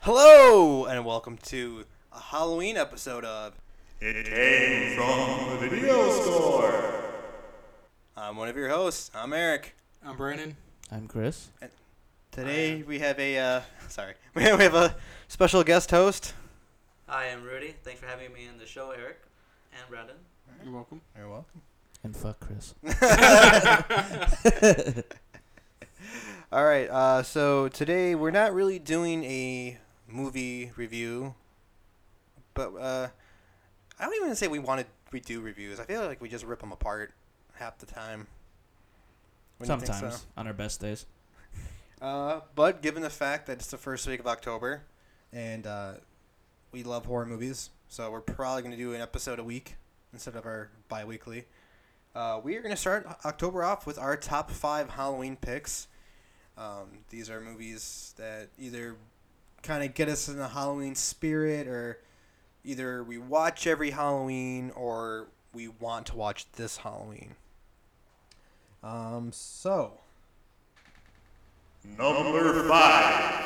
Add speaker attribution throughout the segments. Speaker 1: Hello, and welcome to a Halloween episode of
Speaker 2: It came from the video store.
Speaker 1: I'm one of your hosts. I'm Eric.
Speaker 3: I'm Brandon.
Speaker 4: I'm Chris.
Speaker 1: Today we have a uh, sorry, we have, we have a special guest host.
Speaker 5: Hi, I'm Rudy. Thanks for having me on the show, Eric and Brandon.
Speaker 3: You're welcome.
Speaker 1: You're welcome.
Speaker 4: And fuck Chris.
Speaker 1: All right, uh, so today we're not really doing a movie review, but uh, I don't even say we want to we do reviews. I feel like we just rip them apart half the time. Wouldn't you think so?
Speaker 4: Sometimes on our best days.
Speaker 1: Uh, but given the fact that it's the first week of October, and uh, we love horror movies, so we're probably going to do an episode a week instead of our bi-weekly. Uh, we are going to start O- October off with our top five Halloween picks. Um, these are movies that either kind of get us in the Halloween spirit, or either we watch every Halloween, or we want to watch this Halloween. Um, so.
Speaker 2: Number five.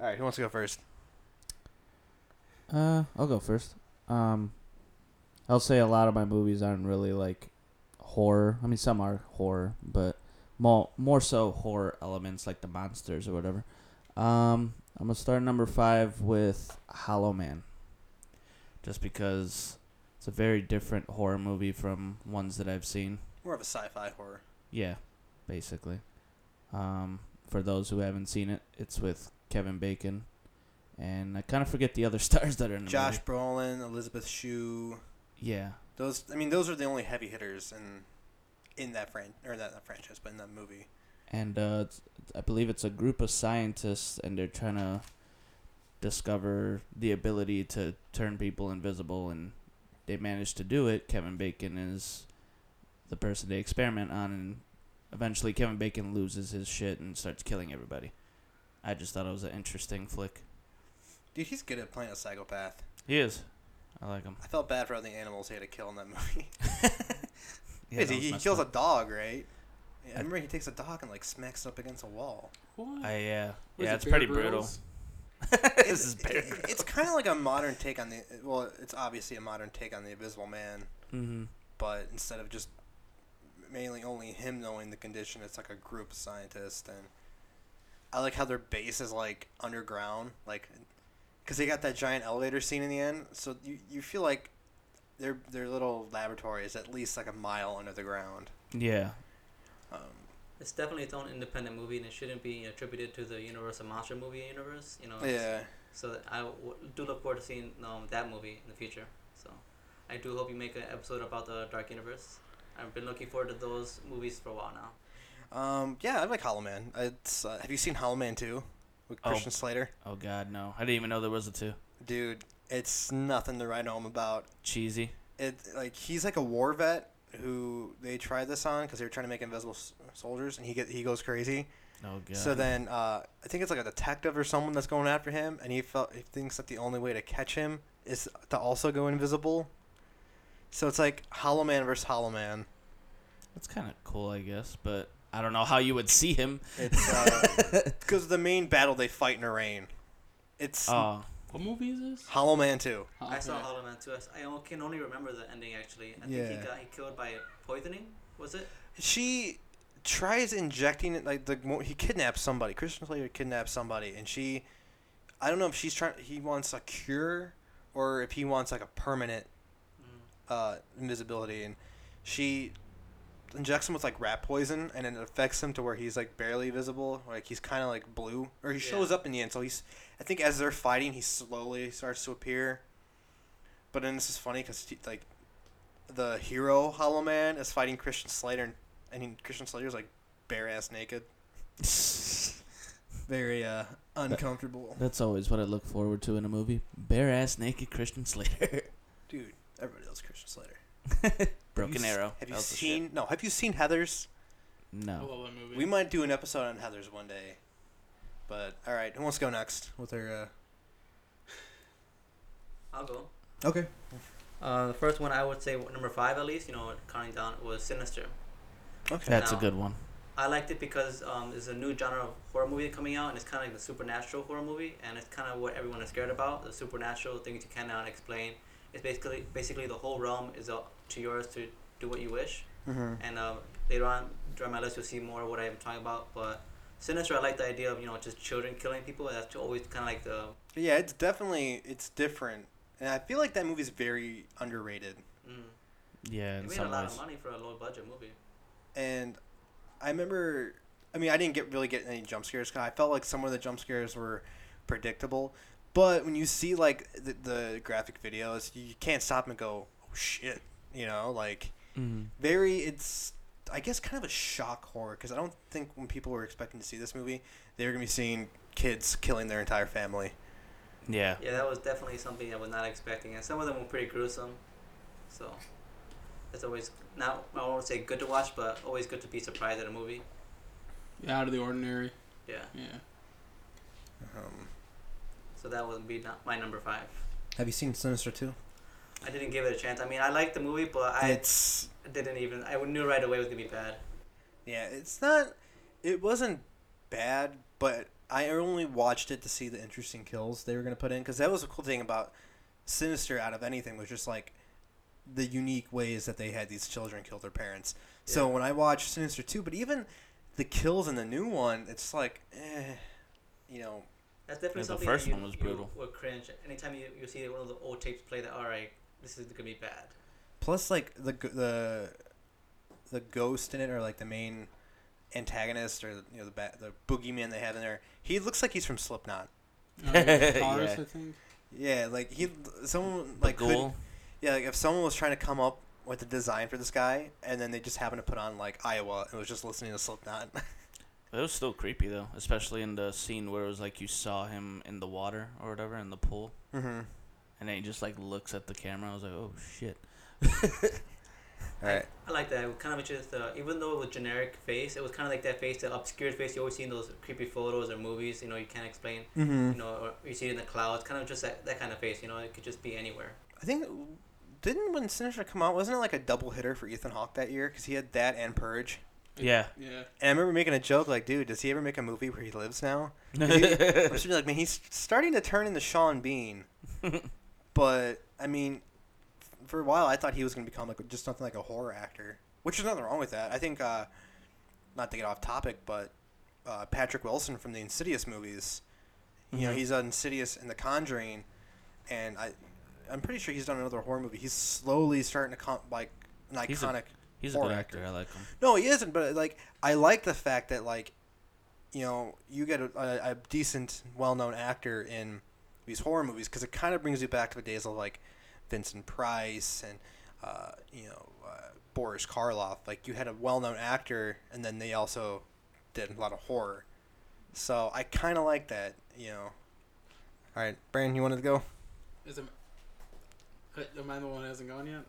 Speaker 1: All right, who wants to go first?
Speaker 4: Uh, I'll go first. Um, I'll say a lot of my movies aren't really like horror. I mean, some are horror, but more more so horror elements like the monsters or whatever. Um, I'm gonna start number five with Hollow Man, just because it's a very different horror movie from ones that I've seen.
Speaker 1: More of a sci-fi horror.
Speaker 4: Yeah, basically. Um, for those who haven't seen it, it's with Kevin Bacon, and I kind of forget the other stars that are in the
Speaker 1: Josh
Speaker 4: movie.
Speaker 1: Brolin, Elizabeth Shue.
Speaker 4: Yeah,
Speaker 1: Those, I mean, those are the only heavy hitters in in that fran or not that franchise, but in that movie.
Speaker 4: and uh, it's- I believe it's a group of scientists, and they're trying to discover the ability to turn people invisible, and they managed to do it. Kevin Bacon is the person they experiment on, and eventually Kevin Bacon loses his shit and starts killing everybody. I just thought it was an interesting flick.
Speaker 1: Dude, he's good at playing a psychopath.
Speaker 4: He is. I like him.
Speaker 1: I felt bad for all the animals he had to kill in that movie.
Speaker 4: Yeah,
Speaker 1: Wait,
Speaker 4: that was
Speaker 1: he, he
Speaker 4: messed
Speaker 1: kills
Speaker 4: up.
Speaker 1: a dog, right? Yeah, I remember he takes a dog and like smacks it up against a wall.
Speaker 3: What?
Speaker 4: I, yeah.
Speaker 3: Was
Speaker 4: yeah,
Speaker 3: it
Speaker 4: it's
Speaker 3: Bear
Speaker 4: pretty
Speaker 3: Grylls?
Speaker 4: brutal. this is
Speaker 1: It-
Speaker 4: Bear
Speaker 1: it- It's kind of like a modern take on the. Well, it's obviously a modern take on the Invisible Man,
Speaker 4: hmm
Speaker 1: but instead of just mainly only him knowing the condition, it's like a group of scientists. And I like how their base is like underground, like because they got that giant elevator scene in the end. So you, you feel like their their little laboratory is at least like a mile under the ground.
Speaker 4: Yeah.
Speaker 1: Um,
Speaker 5: It's definitely its own independent movie, and it shouldn't be attributed to the Universal Monster Movie universe. You know.
Speaker 1: yeah,
Speaker 5: So that I w- do look forward to seeing um, that movie in the future. So I do hope you make an episode about the Dark Universe. I've been looking forward to those movies for a while now.
Speaker 1: um, yeah, I like Hollow Man. It's uh, have you seen Hollow Man two with
Speaker 4: Oh.
Speaker 1: Christian Slater?
Speaker 4: Oh, God, no. I didn't even know there was a two.
Speaker 1: Dude, it's nothing to write home about.
Speaker 4: Cheesy.
Speaker 1: it like he's like a war vet who they tried this on because they were trying to make invisible s- soldiers, and he get he goes crazy.
Speaker 4: Oh, God.
Speaker 1: So then uh, I think it's like a detective or someone that's going after him, and he felt he thinks that the only way to catch him is to also go invisible. So it's like Hollow Man versus Hollow Man.
Speaker 4: That's kind of cool, I guess, but I don't know how you would see him.
Speaker 1: It's uh, because the main battle they fight in the rain. It's
Speaker 4: Oh,
Speaker 3: What movie is this?
Speaker 1: Hollow Man too.
Speaker 5: I saw
Speaker 3: Okay.
Speaker 5: Hollow Man too. I s- I o- can only remember the ending actually. I think he
Speaker 1: Yeah.
Speaker 5: got he killed by poisoning. Was it?
Speaker 1: she tries injecting it like the mo- he kidnaps somebody. Christian Slater kidnaps somebody, and she, I don't know if she's trying. He wants a cure, or if he wants like a permanent
Speaker 5: Mm,
Speaker 1: uh, invisibility, and she injects him with like rat poison, and it affects him to where he's like barely visible. Like he's kind of like blue, or he
Speaker 5: Yeah.
Speaker 1: shows up in the end. So he's, I think, as they're fighting, he slowly starts to appear. But then this is funny because like the hero Hollow Man is fighting Christian Slater, and, and he- Christian Slater's like bare ass naked. very uh, uncomfortable.
Speaker 4: That's always what I look forward to in a movie. Bare ass naked Christian Slater.
Speaker 1: Dude, everybody loves Christian Slater.
Speaker 4: Broken
Speaker 1: Have you s-
Speaker 4: Arrow.
Speaker 1: Have
Speaker 4: That
Speaker 1: you
Speaker 4: was the shit.
Speaker 1: seen? No, have you seen Heather's?
Speaker 3: I
Speaker 4: No.
Speaker 3: love that movie.
Speaker 1: We might do an episode on Heather's one day. But all right, who wants to go next with her?
Speaker 5: I'll go.
Speaker 1: Uh... Okay.
Speaker 5: Uh, the first one I would say number five at least, you know, counting down was Sinister.
Speaker 1: Okay.
Speaker 4: That's a
Speaker 5: No.
Speaker 4: good one.
Speaker 5: I liked it because um, there's a new genre of horror movie coming out, and it's kind of like the supernatural horror movie, and it's kind of what everyone is scared about—the supernatural things you cannot explain. It's basically basically the whole realm is up to yours to do what you wish.
Speaker 1: Mm-hmm.
Speaker 5: And um, later on during my list, you'll see more of what I'm talking about. But sinister, I like the idea of you know just children killing people. and That's always kind of like the
Speaker 1: Yeah, it's definitely it's different, and I feel like that movie's very underrated.
Speaker 5: mm,
Speaker 4: Yeah,
Speaker 5: it
Speaker 4: in
Speaker 5: made a
Speaker 4: some
Speaker 5: lot
Speaker 4: ways.
Speaker 5: of money for a low budget movie.
Speaker 1: And I remember, I mean, I didn't get really get any jump scares. 'cause I felt like some of the jump scares were predictable, but when you see like the, the graphic videos, you can't stop and go, "Oh shit!" You know, like
Speaker 4: Mhm.
Speaker 1: very it's i guess kind of a shock horror because i don't think when people were expecting to see this movie they were going to be seeing kids killing their entire family
Speaker 4: Yeah.
Speaker 5: Yeah, that was definitely something I was not expecting, and some of them were pretty gruesome. So, it's always not I won't say good to watch, but always good to be surprised at a movie.
Speaker 3: Yeah, out of the ordinary.
Speaker 5: Yeah,
Speaker 3: Yeah.
Speaker 1: um,
Speaker 5: so that would be not my number five.
Speaker 1: have you seen sinister 2
Speaker 5: I didn't give it a chance. I mean, I liked the movie, but I
Speaker 1: it's
Speaker 5: didn't even. I knew right away it was gonna be bad.
Speaker 1: yeah it's not it wasn't bad but i only watched it to see the interesting kills they were going to put in because that was a cool thing about sinister out of anything was just like the unique ways that they had these children kill their parents so when i watched sinister 2 but even the kills in the new one it's like eh, you know
Speaker 5: That's definitely
Speaker 4: Yeah, the
Speaker 5: something
Speaker 4: first
Speaker 5: that you,
Speaker 4: one was
Speaker 5: you
Speaker 4: brutal.
Speaker 5: will cringe anytime you, you see one of the old tapes play that. All right, this is gonna be bad.
Speaker 1: Plus, like the g- the the ghost in it, or like the main antagonist, or you know the ba- the boogeyman they have in there. He looks like he's from Slipknot.
Speaker 3: Oh, yeah.
Speaker 4: Yeah.
Speaker 3: Taurus, I think.
Speaker 1: Yeah, like he someone
Speaker 4: The
Speaker 1: like could-
Speaker 4: ghoul.
Speaker 1: yeah, like if someone was trying to come up with a design for this guy, and then they just happened to put on like Iowa and was just listening to Slipknot.
Speaker 4: It was still creepy though, especially in the scene where it was like you saw him in the water or whatever in the pool,
Speaker 1: mm-hmm.
Speaker 4: and then he just like looks at the camera. I was like, oh shit.
Speaker 1: All right.
Speaker 5: I like that. It was kind of just uh, even though it was generic face, it was kind of like that face, the obscured face you always see in those creepy photos or movies. You know, you can't explain.
Speaker 1: Mm-hmm.
Speaker 5: You know, or you see it in the clouds. Kind of just that, that kind of face. You know, it could just be anywhere.
Speaker 1: I think didn't when Sinister come out, wasn't it like a double hitter for Ethan Hawke that year? Because he had that and Purge.
Speaker 4: Yeah.
Speaker 3: Yeah.
Speaker 1: And I remember making a joke like, dude, does he ever make a movie where he lives now? I
Speaker 4: yeah.
Speaker 1: was like, man, he's starting to turn into Sean Bean. but I mean, f- for a while, I thought he was going to become like just something like a horror actor, which is nothing wrong with that. I think, uh, not to get off topic, but uh, Patrick Wilson from the Insidious movies, you know,
Speaker 4: Mhm.
Speaker 1: he's on Insidious and The Conjuring, and I, I'm pretty sure he's done another horror movie. He's slowly starting to come like an
Speaker 4: He's a-
Speaker 1: iconic.
Speaker 4: He's a
Speaker 1: Horror
Speaker 4: good actor. I like him.
Speaker 1: No, he isn't. But like, I like the fact that like, you know, you get a, a, a decent, well-known actor in these horror movies because it kind of brings you back to the days of like Vincent Price and uh, you know uh, Boris Karloff. Like, you had a well-known actor, and then they also did a lot of horror. So I kind of like that. You know. All right, Brandon, you wanted to go?
Speaker 3: Is it, uh, am I the one that hasn't gone yet?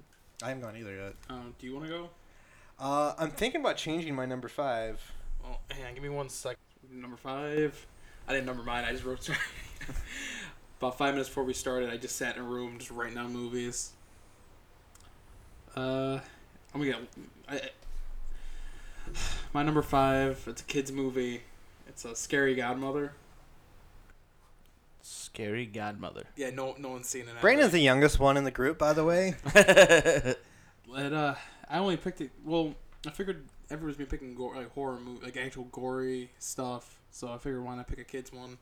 Speaker 1: I haven't gone either yet.
Speaker 3: Um, do you want to go?
Speaker 1: Uh, I'm thinking about changing my number five.
Speaker 3: Well, Oh, hang on, give me one sec. Number five. I didn't number mine. I just wrote. About five minutes before we started, I just sat in a room just writing down movies. Uh, I'm gonna. Get, I, I- my number five. It's a kids movie. It's a scary godmother.
Speaker 4: Scary Godmother.
Speaker 3: Yeah, no, no one's seen it. I
Speaker 1: Brandon's
Speaker 3: bet.
Speaker 1: the youngest one in the group, by the way.
Speaker 3: It, uh, I only picked it. Well, I figured everyone's been picking gore, like horror movie, like actual gory stuff. So I figured why not pick a kids one.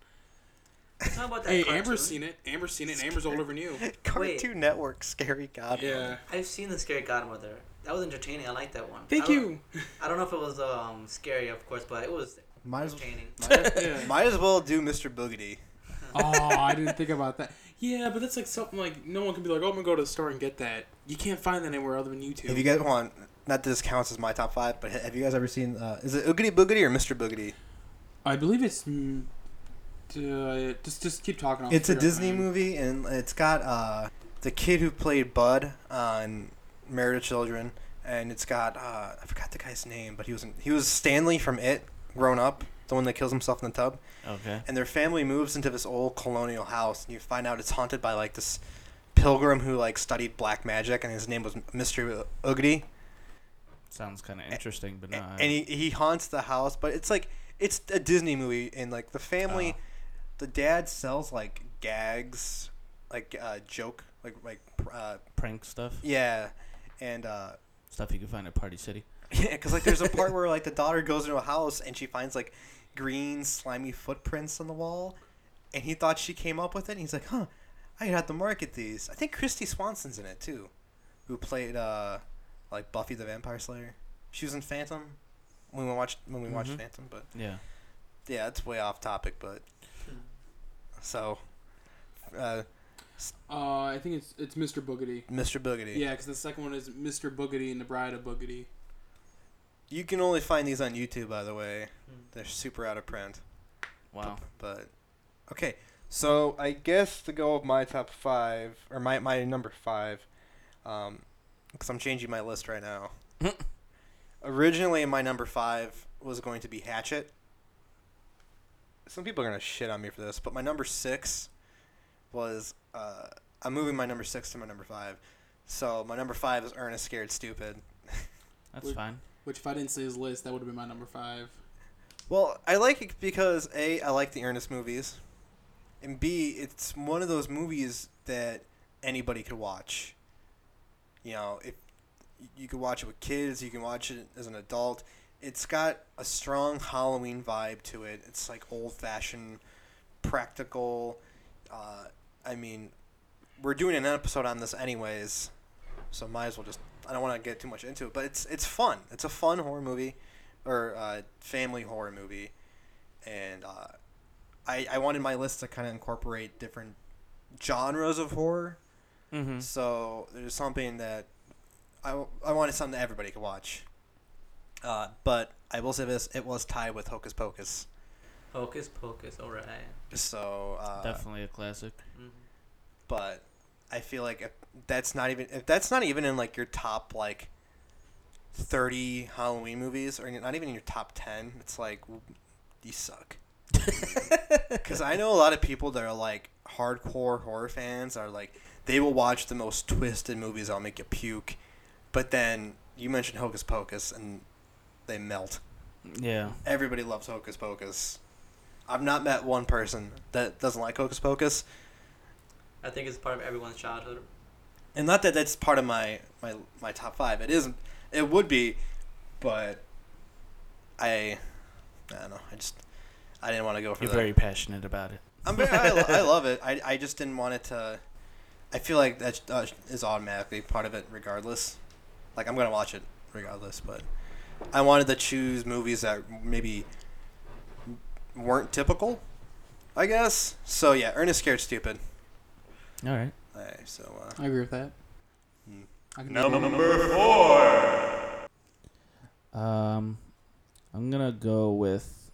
Speaker 5: Talk about that.
Speaker 3: Hey,
Speaker 5: cartoon.
Speaker 3: Amber's seen it. Amber's seen it. And Amber's older than you.
Speaker 1: Cartoon Network, Scary God.
Speaker 3: Yeah.
Speaker 5: I've seen the Scary Godmother. That was entertaining. I like that one. I
Speaker 3: Thank
Speaker 5: don't-
Speaker 3: you.
Speaker 5: I don't know if it was um scary, of course, but it was
Speaker 1: Might as,
Speaker 5: entertaining.
Speaker 3: Yeah.
Speaker 1: might as well do Mr. Boogedy.
Speaker 3: oh, I didn't think about that. Yeah, but that's like something like no one can be like, oh, I'm gonna go to the store and get that. You can't find that anywhere other than YouTube.
Speaker 1: If you guys want, not that this counts as my top five, but ha- have you guys ever seen, uh, is it Oogity Boogity or Mr. Boogedy?
Speaker 3: I believe it's mm, Uh, just just keep talking. I'll
Speaker 1: It's a
Speaker 3: figure out
Speaker 1: Disney
Speaker 3: my-
Speaker 1: movie, and it's got uh, the kid who played Bud on Married with Children, and it's got uh, I forgot the guy's name, but he was in, he was Stanley from It, grown up, the one that kills himself in the tub.
Speaker 4: Okay.
Speaker 1: And their family moves into this old colonial house, and you find out it's haunted by like this pilgrim who like studied black magic, and his name was Mr. Ugly,
Speaker 4: Sounds kind of interesting, but no. I-
Speaker 1: and he he haunts the house. But it's like it's a Disney movie, and like the family.
Speaker 4: Oh.
Speaker 1: the dad sells like gags, like uh, joke, like like uh,
Speaker 4: prank stuff,
Speaker 1: yeah, and uh,
Speaker 4: stuff you can find at Party City.
Speaker 1: yeah, because like there's a part where like the daughter goes into a house and she finds like green slimy footprints on the wall, and he thought she came up with it. And he's like, huh, I had to market these. I think Christy Swanson's in it too, who played uh, like Buffy the Vampire Slayer. She was in Phantom when we watched when we watched
Speaker 4: Mhm.
Speaker 1: Phantom, but
Speaker 4: Yeah.
Speaker 1: yeah, it's way off topic, but so. Uh,
Speaker 3: Uh, I think it's it's Mr. Boogedy.
Speaker 1: Mr. Boogedy.
Speaker 3: Yeah, because the second one is Mr. Boogedy and the Bride of Boogedy.
Speaker 1: You can only find these on YouTube, by the way.
Speaker 5: Hmm.
Speaker 1: They're super out of print.
Speaker 4: Wow.
Speaker 1: But okay, so I guess to go with my top five or my my number five, um, because I'm changing my list right now. Originally, my number five was going to be Hatchet. Some people are gonna shit on me for this, but my number six was uh, I'm moving my number six to my number five. So my number five is Ernest Scared Stupid.
Speaker 4: That's
Speaker 3: Would-
Speaker 4: fine.
Speaker 3: Which, if I didn't see his list, that would have been my number five.
Speaker 1: Well, I like it because A, I like the Ernest movies. And B, it's one of those movies that anybody could watch. You know, if you could watch it with kids, you can watch it as an adult. It's got a strong Halloween vibe to it. It's like old fashioned, practical. Uh, I mean, we're doing an episode on this anyways, so might as well just. I don't want to get too much into it, but it's it's fun. It's a fun horror movie or uh, family horror movie, and uh, I I wanted my list to kind of incorporate different genres of horror.
Speaker 4: Mm-hmm.
Speaker 1: So there's something that I I wanted something that everybody could watch. Uh, but I will say this: it was tied with Hocus Pocus.
Speaker 5: Hocus Pocus, alright.
Speaker 1: So uh,
Speaker 4: Definitely a classic.
Speaker 5: Mhm.
Speaker 1: but I feel like if that's not even if that's not even in like your top like thirty Halloween movies or not even in your top ten, it's like w- you suck. Because I know a lot of people that are like hardcore horror fans are like they will watch the most twisted movies. I'll make you puke, but then you mentioned Hocus Pocus and they melt.
Speaker 4: Yeah.
Speaker 1: Everybody loves Hocus Pocus. I've not met one person that doesn't like Hocus Pocus.
Speaker 5: I think it's part of everyone's childhood.
Speaker 1: and not that that's part of my my my top five. It isn't. It would be, but I I don't know. I just I didn't want to go for
Speaker 4: You're
Speaker 1: that.
Speaker 4: very passionate about it.
Speaker 1: I'm very, I, lo- I love it. I, I just didn't want it to. I feel like that uh, is automatically part of it, regardless. Like I'm gonna watch it regardless, but I wanted to choose movies that maybe weren't typical. I guess so. Yeah, Ernest Scared Stupid.
Speaker 4: All right.
Speaker 1: All right, so uh,
Speaker 3: I agree with that.
Speaker 1: Hmm.
Speaker 3: I can agree.
Speaker 2: Number four.
Speaker 4: Um, I'm gonna go with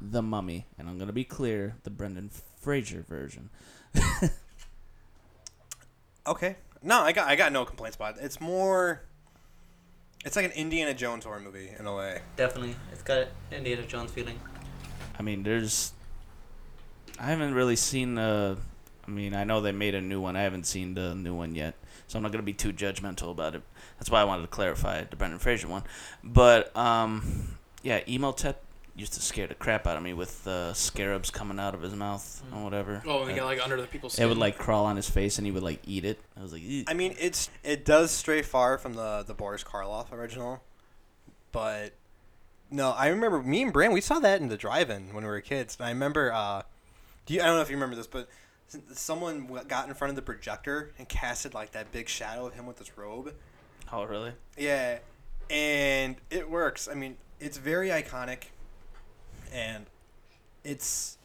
Speaker 4: the Mummy, and I'm gonna be clear: the Brendan Fraser version.
Speaker 1: Okay. No, I got I got no complaints about it. It's more. It's like an Indiana Jones horror movie in a way.
Speaker 5: Definitely. It's got Indiana Jones feeling.
Speaker 4: I mean, there's. I haven't really seen. Uh, I mean, I know they made a new one. I haven't seen the new one yet, so I'm not gonna be too judgmental about it. That's why I wanted to clarify the Brendan Fraser one. But um, yeah, Emotep used to scare the crap out of me with uh, scarabs coming out of his mouth and whatever.
Speaker 3: Oh, and
Speaker 4: Uh,
Speaker 3: they got like under the people's.
Speaker 4: it
Speaker 3: Skin.
Speaker 4: would like crawl on his face, and he would like eat it. I was like, "Ew."
Speaker 1: I mean, it's it does stray far from the the Boris Karloff original, but no, I remember me and Bran we saw that in the drive-in when we were kids, and I remember. Uh, do you, I don't know if you remember this, but s- someone w- got in front of the projector and casted like that big shadow of him with his robe.
Speaker 4: oh really?
Speaker 1: Yeah, and it works. I mean, it's very iconic, and it's.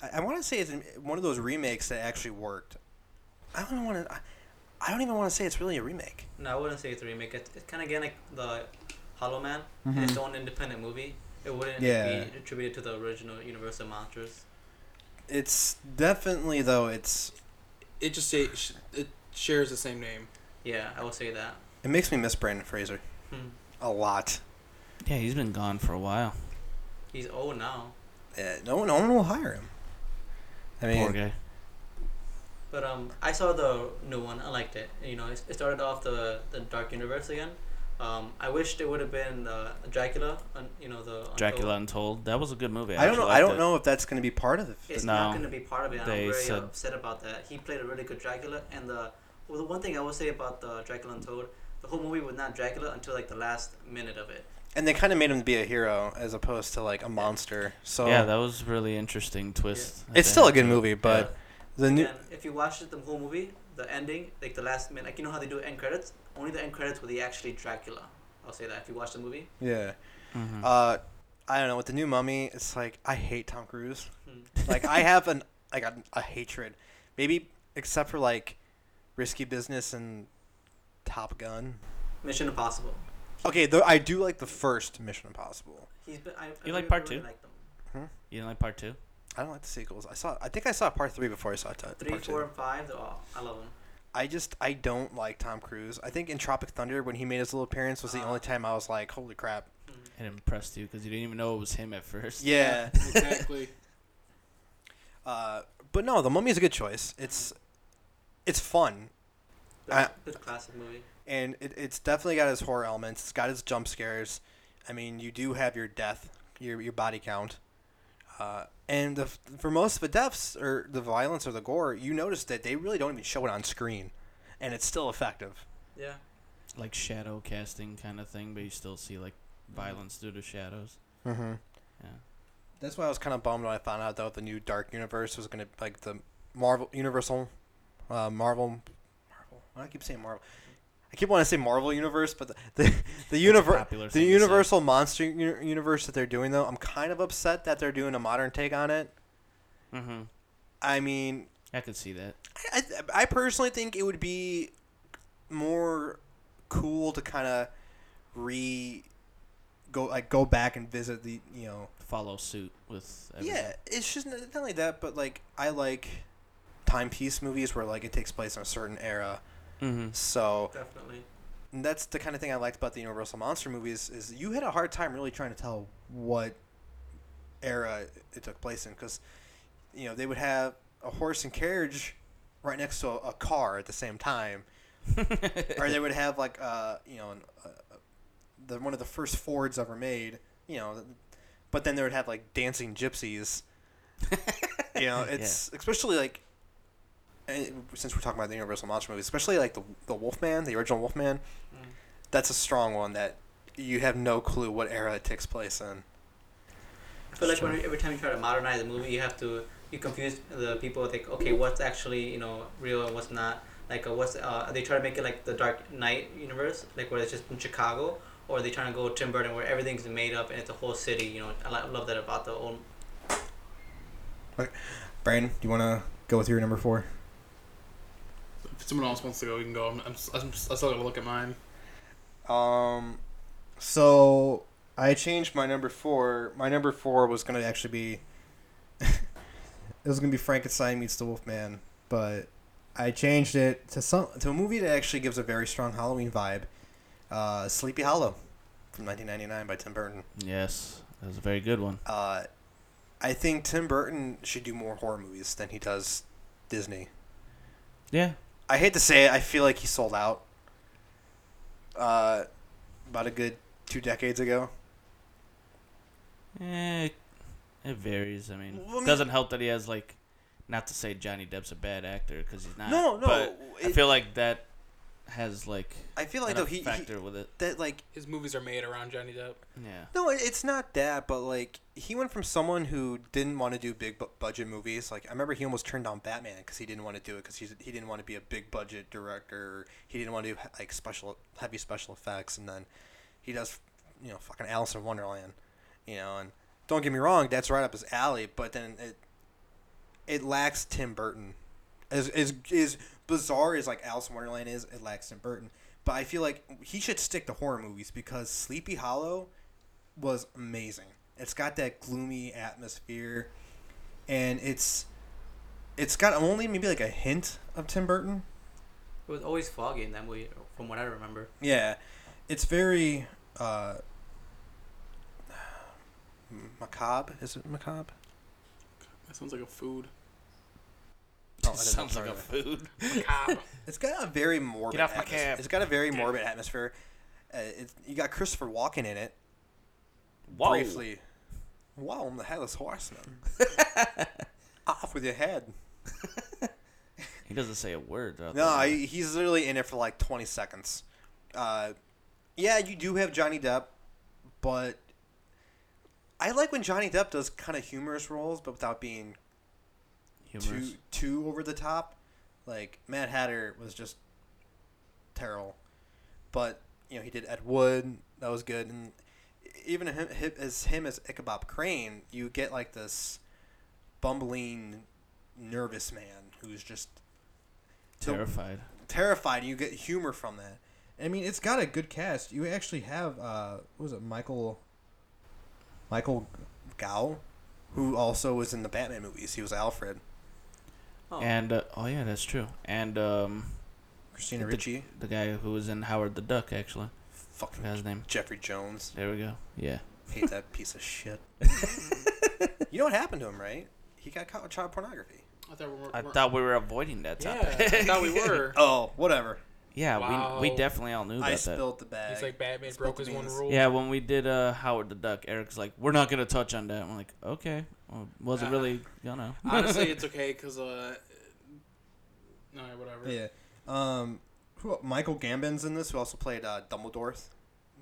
Speaker 1: I, I want to say it's one of those remakes that actually worked. I don't want to. I, I don't even want to say it's really a remake.
Speaker 5: No, I wouldn't say it's a remake. It's, it's kind of again like the Hollow Man. and It's own independent movie. It wouldn't
Speaker 1: Mm-hmm. Yeah.
Speaker 5: be attributed to the original Universal monsters.
Speaker 1: It's definitely though. It's
Speaker 3: It just say- sh- it shares the same name.
Speaker 5: Yeah, I will say that.
Speaker 1: it makes me miss Brandon Fraser
Speaker 5: Hmm.
Speaker 1: a lot.
Speaker 4: Yeah, he's been gone for a while.
Speaker 5: He's old now,
Speaker 1: Yeah, Eh, no one, no one will hire him. I mean,
Speaker 4: Poor guy.
Speaker 5: but um, I saw the new one. I liked it. You know, it it started off the the Dark Universe again. Um, I wish there would have been uh, Dracula. Un, you know the untold-
Speaker 4: Dracula Untold. That was a good movie.
Speaker 1: I don't know.
Speaker 4: actually
Speaker 1: I
Speaker 4: liked
Speaker 1: don't
Speaker 4: it.
Speaker 1: know if that's going to be part of it.
Speaker 5: It's
Speaker 4: No.
Speaker 5: not going to be part of it. and
Speaker 4: They
Speaker 5: I'm very
Speaker 4: said-
Speaker 5: upset about that. He played a really good Dracula, and the well, the one thing I will say about the Dracula Untold, the whole movie was not Dracula until like the last minute of it.
Speaker 1: And they kind of made him be a hero as opposed to like a monster. So
Speaker 4: yeah, that was really interesting twist. that
Speaker 1: it's
Speaker 4: they
Speaker 1: still a
Speaker 4: had
Speaker 1: good
Speaker 4: to it.
Speaker 1: movie, but the new
Speaker 5: and if you watch it, the whole movie, the ending, like the last minute, like you know how they do end credits, only the end credits were the actually Dracula. I'll say that if you watch the movie.
Speaker 1: yeah.
Speaker 4: Mhm.
Speaker 1: Uh, I don't know. With the new Mummy, it's like I hate Tom Cruise.
Speaker 5: Hmm.
Speaker 1: Like I have an like a, a hatred, maybe except for like Risky Business and Top Gun.
Speaker 5: Mission Impossible.
Speaker 1: Okay, though I do like the first Mission Impossible.
Speaker 5: He's been. I, I
Speaker 4: You
Speaker 5: really,
Speaker 4: like part
Speaker 5: really
Speaker 4: two?
Speaker 5: like them.
Speaker 4: you didn't like part two?
Speaker 1: I don't like the sequels. I saw. I think I saw part three before I saw t-
Speaker 5: Three,
Speaker 1: part
Speaker 5: four,
Speaker 1: two.
Speaker 5: and five. They're all. I love them.
Speaker 1: I just I don't like Tom Cruise. I think in Tropic Thunder when he made his little appearance was the
Speaker 5: Ah.
Speaker 1: only time I was like, holy crap.
Speaker 4: It impressed you because you didn't even know it was him at first.
Speaker 1: Yeah.
Speaker 3: exactly.
Speaker 1: Uh, but no, The Mummy is a good choice. It's it's fun,
Speaker 5: Good,
Speaker 1: I-
Speaker 5: good classic movie.
Speaker 1: and it, it's definitely got its horror elements. It's got its jump scares. I mean, you do have your death, your your body count, uh, and the, for most of the deaths or the violence or the gore, you notice that they really don't even show it on screen, and it's still effective.
Speaker 5: Yeah.
Speaker 4: Like shadow casting kind of thing, but you still see like violence through the shadows.
Speaker 1: Mm-hmm.
Speaker 4: Yeah.
Speaker 1: That's why I was kind of bummed when I found out though the new Dark Universe was gonna like the Marvel Universal, uh, Marvel, Marvel. Why do I keep saying Marvel? I keep wanting to say Marvel Universe, but the the, the universe.
Speaker 4: Popular
Speaker 1: The
Speaker 4: thing to say.
Speaker 1: Universal Monster u- Universe that they're doing, though, I'm kind of upset that they're doing a modern take on it. Mm-hmm.
Speaker 4: Mhm.
Speaker 1: I mean,
Speaker 4: I could see that.
Speaker 1: I, I, I personally think it would be more cool to kind of re go like go back and visit the you know
Speaker 4: Follow suit with.
Speaker 1: Yeah, it's just not not only that, but like I like timepiece movies where like it takes place in a certain era.
Speaker 4: Mm-hmm.
Speaker 1: So
Speaker 5: Definitely.
Speaker 1: and that's the kind of thing I liked about the Universal monster movies is you had a hard time really trying to tell what era it took place in because you know they would have a horse and carriage right next to a, a car at the same time, or they would have like uh you know an, uh, the one of the first Fords ever made. You know, but then they would have like dancing gypsies. you know, it's especially like and since we're talking about the Universal monster movies, especially like the the Wolfman, the original Wolfman.
Speaker 5: Mm.
Speaker 1: That's a strong one that you have no clue what era it takes place in.
Speaker 5: I feel like when, every time you try to modernize a movie, you have to you confuse the people. Think, okay, what's actually you know real and what's not. Like, uh, what's uh, they try to make it like the Dark Knight universe, like where it's just in Chicago, or they trying to go Tim Burton where everything's made up and it's a whole city. You know, I lo- love that about the old.
Speaker 1: Brandon, do you want to go with your number four?
Speaker 3: If someone else wants to go, we can go. I'm, I'm, I'm, I'm still gonna look at mine.
Speaker 1: Um, so I changed my number four. My number four was gonna actually be. it was gonna be Frankenstein meets the Wolfman, but I changed it to some to a movie that actually gives a very strong Halloween vibe. Uh, Sleepy Hollow, from 1999 by Tim Burton.
Speaker 4: Yes, that was a very good one.
Speaker 1: Uh, I think Tim Burton should do more horror movies than he does Disney.
Speaker 4: Yeah.
Speaker 1: I hate to say it, I feel like he sold out. Uh, about a good two decades ago.
Speaker 4: Eh, it varies. I mean,
Speaker 1: Well, I mean-
Speaker 4: doesn't help that he has like, not to say Johnny Depp's a bad actor because he's not.
Speaker 1: No, no.
Speaker 4: But I
Speaker 1: it-
Speaker 4: feel like that has like
Speaker 1: I feel like
Speaker 4: an
Speaker 1: though he, he
Speaker 4: factor with it.
Speaker 1: that like
Speaker 3: His movies are made around Johnny Depp.
Speaker 4: Yeah.
Speaker 1: no, it- it's not that, but like he went from someone who didn't want to do big bu- budget movies. Like I remember he almost turned down Batman because he didn't want to do it because he he didn't want to be a big budget director. Or he didn't want to do like special heavy special effects, and then he does you know fucking Alice in Wonderland, you know. And don't get me wrong, that's right up his alley, but then it it lacks Tim Burton. As as as bizarre as like Alice in Wonderland is, it lacks Tim Burton. But I feel like he should stick to horror movies because Sleepy Hollow was amazing. It's got that gloomy atmosphere, and it's it's got only maybe like a hint of Tim Burton.
Speaker 5: It was always foggy in that movie, from what I remember.
Speaker 1: Yeah, it's very uh, macabre. Is it macabre?
Speaker 3: That sounds like a food.
Speaker 1: Oh, I didn't-
Speaker 4: Sounds like
Speaker 1: sorry.
Speaker 4: a food.
Speaker 1: It's got a very morbid.
Speaker 4: off my
Speaker 1: atmos-
Speaker 4: cab.
Speaker 1: It's got a very morbid atmosphere. Uh, it's, you got Christopher Walken in it.
Speaker 4: Whoa.
Speaker 1: Briefly. Wow, I'm the headless horseman. Off with your head.
Speaker 4: He doesn't say a word. throughout
Speaker 1: No,
Speaker 4: the
Speaker 1: I,
Speaker 4: movie.
Speaker 1: he's literally in it for like 20 seconds. Uh, yeah, you do have Johnny Depp, but I like when Johnny Depp does kind of humorous roles, but without being
Speaker 4: Humorous.
Speaker 1: too too over the top. Like Mad Hatter was just terrible, but you know he did Ed Wood that was good, and even him, him as him as Ichabod Crane, you get like this bumbling, nervous man who's just
Speaker 4: terrified.
Speaker 1: terrified. and You get humor from that. I mean, it's got a good cast. You actually have uh, what was it Michael Michael Gow, who also was in the Batman movies. He was Alfred.
Speaker 5: Oh,
Speaker 4: And uh, oh yeah, that's true. And um,
Speaker 1: Christina
Speaker 4: The-
Speaker 1: Ricci,
Speaker 4: the guy who was in Howard the Duck actually. I
Speaker 1: fucking
Speaker 4: forgot his name.
Speaker 1: Jeffrey Jones.
Speaker 4: There we go. Yeah.
Speaker 1: Hate that piece of shit. you know what happened to him, right? He got caught with child pornography.
Speaker 3: I thought we were.
Speaker 4: I thought we were avoiding that
Speaker 3: yeah,
Speaker 4: topic.
Speaker 3: I thought we were.
Speaker 1: Oh, whatever.
Speaker 4: yeah, we we
Speaker 3: Wow.
Speaker 4: definitely all knew about
Speaker 1: I
Speaker 4: that.
Speaker 1: spilled the bag.
Speaker 3: He's like Batman
Speaker 1: Split
Speaker 3: broke
Speaker 1: the
Speaker 3: his one
Speaker 1: beans.
Speaker 3: rule.
Speaker 4: Yeah, when we did uh, Howard the Duck, Eric's like, "We're not gonna touch on that." I'm like, "Okay, well, wasn't
Speaker 1: Uh,
Speaker 3: Ah.
Speaker 4: really gonna."
Speaker 3: Honestly, it's okay because uh, no, whatever.
Speaker 1: yeah. Um, who, Michael Gambon's in this, who also played uh, Dumbledore.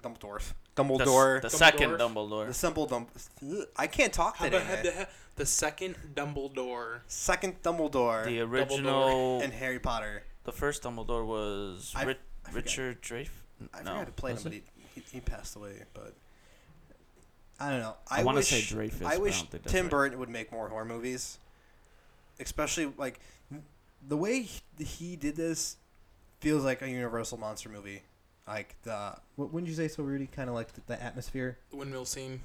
Speaker 1: Dumbledore.
Speaker 4: the, s-
Speaker 1: Dumbledore.
Speaker 4: the
Speaker 1: The,
Speaker 4: second
Speaker 1: the
Speaker 4: Dumbledore.
Speaker 1: simple Dumb. I can't talk
Speaker 3: How the,
Speaker 1: today.
Speaker 3: heck
Speaker 1: man.
Speaker 3: the, the second Dumbledore.
Speaker 1: Second Dumbledore
Speaker 4: The original,
Speaker 1: and Harry Potter.
Speaker 4: the first Dumbledore was
Speaker 1: I-
Speaker 4: Ri-
Speaker 1: I forget.
Speaker 4: Richard Drafe.
Speaker 1: I
Speaker 4: no,
Speaker 1: forgot to play him,
Speaker 4: was
Speaker 1: but
Speaker 4: it?
Speaker 1: he, he, he passed away. But I don't know.
Speaker 4: I,
Speaker 1: I,
Speaker 4: want to
Speaker 1: wish-
Speaker 4: say Dreyfus.
Speaker 1: I
Speaker 4: but
Speaker 1: wish
Speaker 4: don't think that's
Speaker 1: Tim
Speaker 4: right.
Speaker 1: Burton would make more horror movies, especially like the way he, he did this feels like a Universal monster movie. Like the what wouldn't you say so Rudy? Kind of like the, the atmosphere,
Speaker 3: The windmill scene,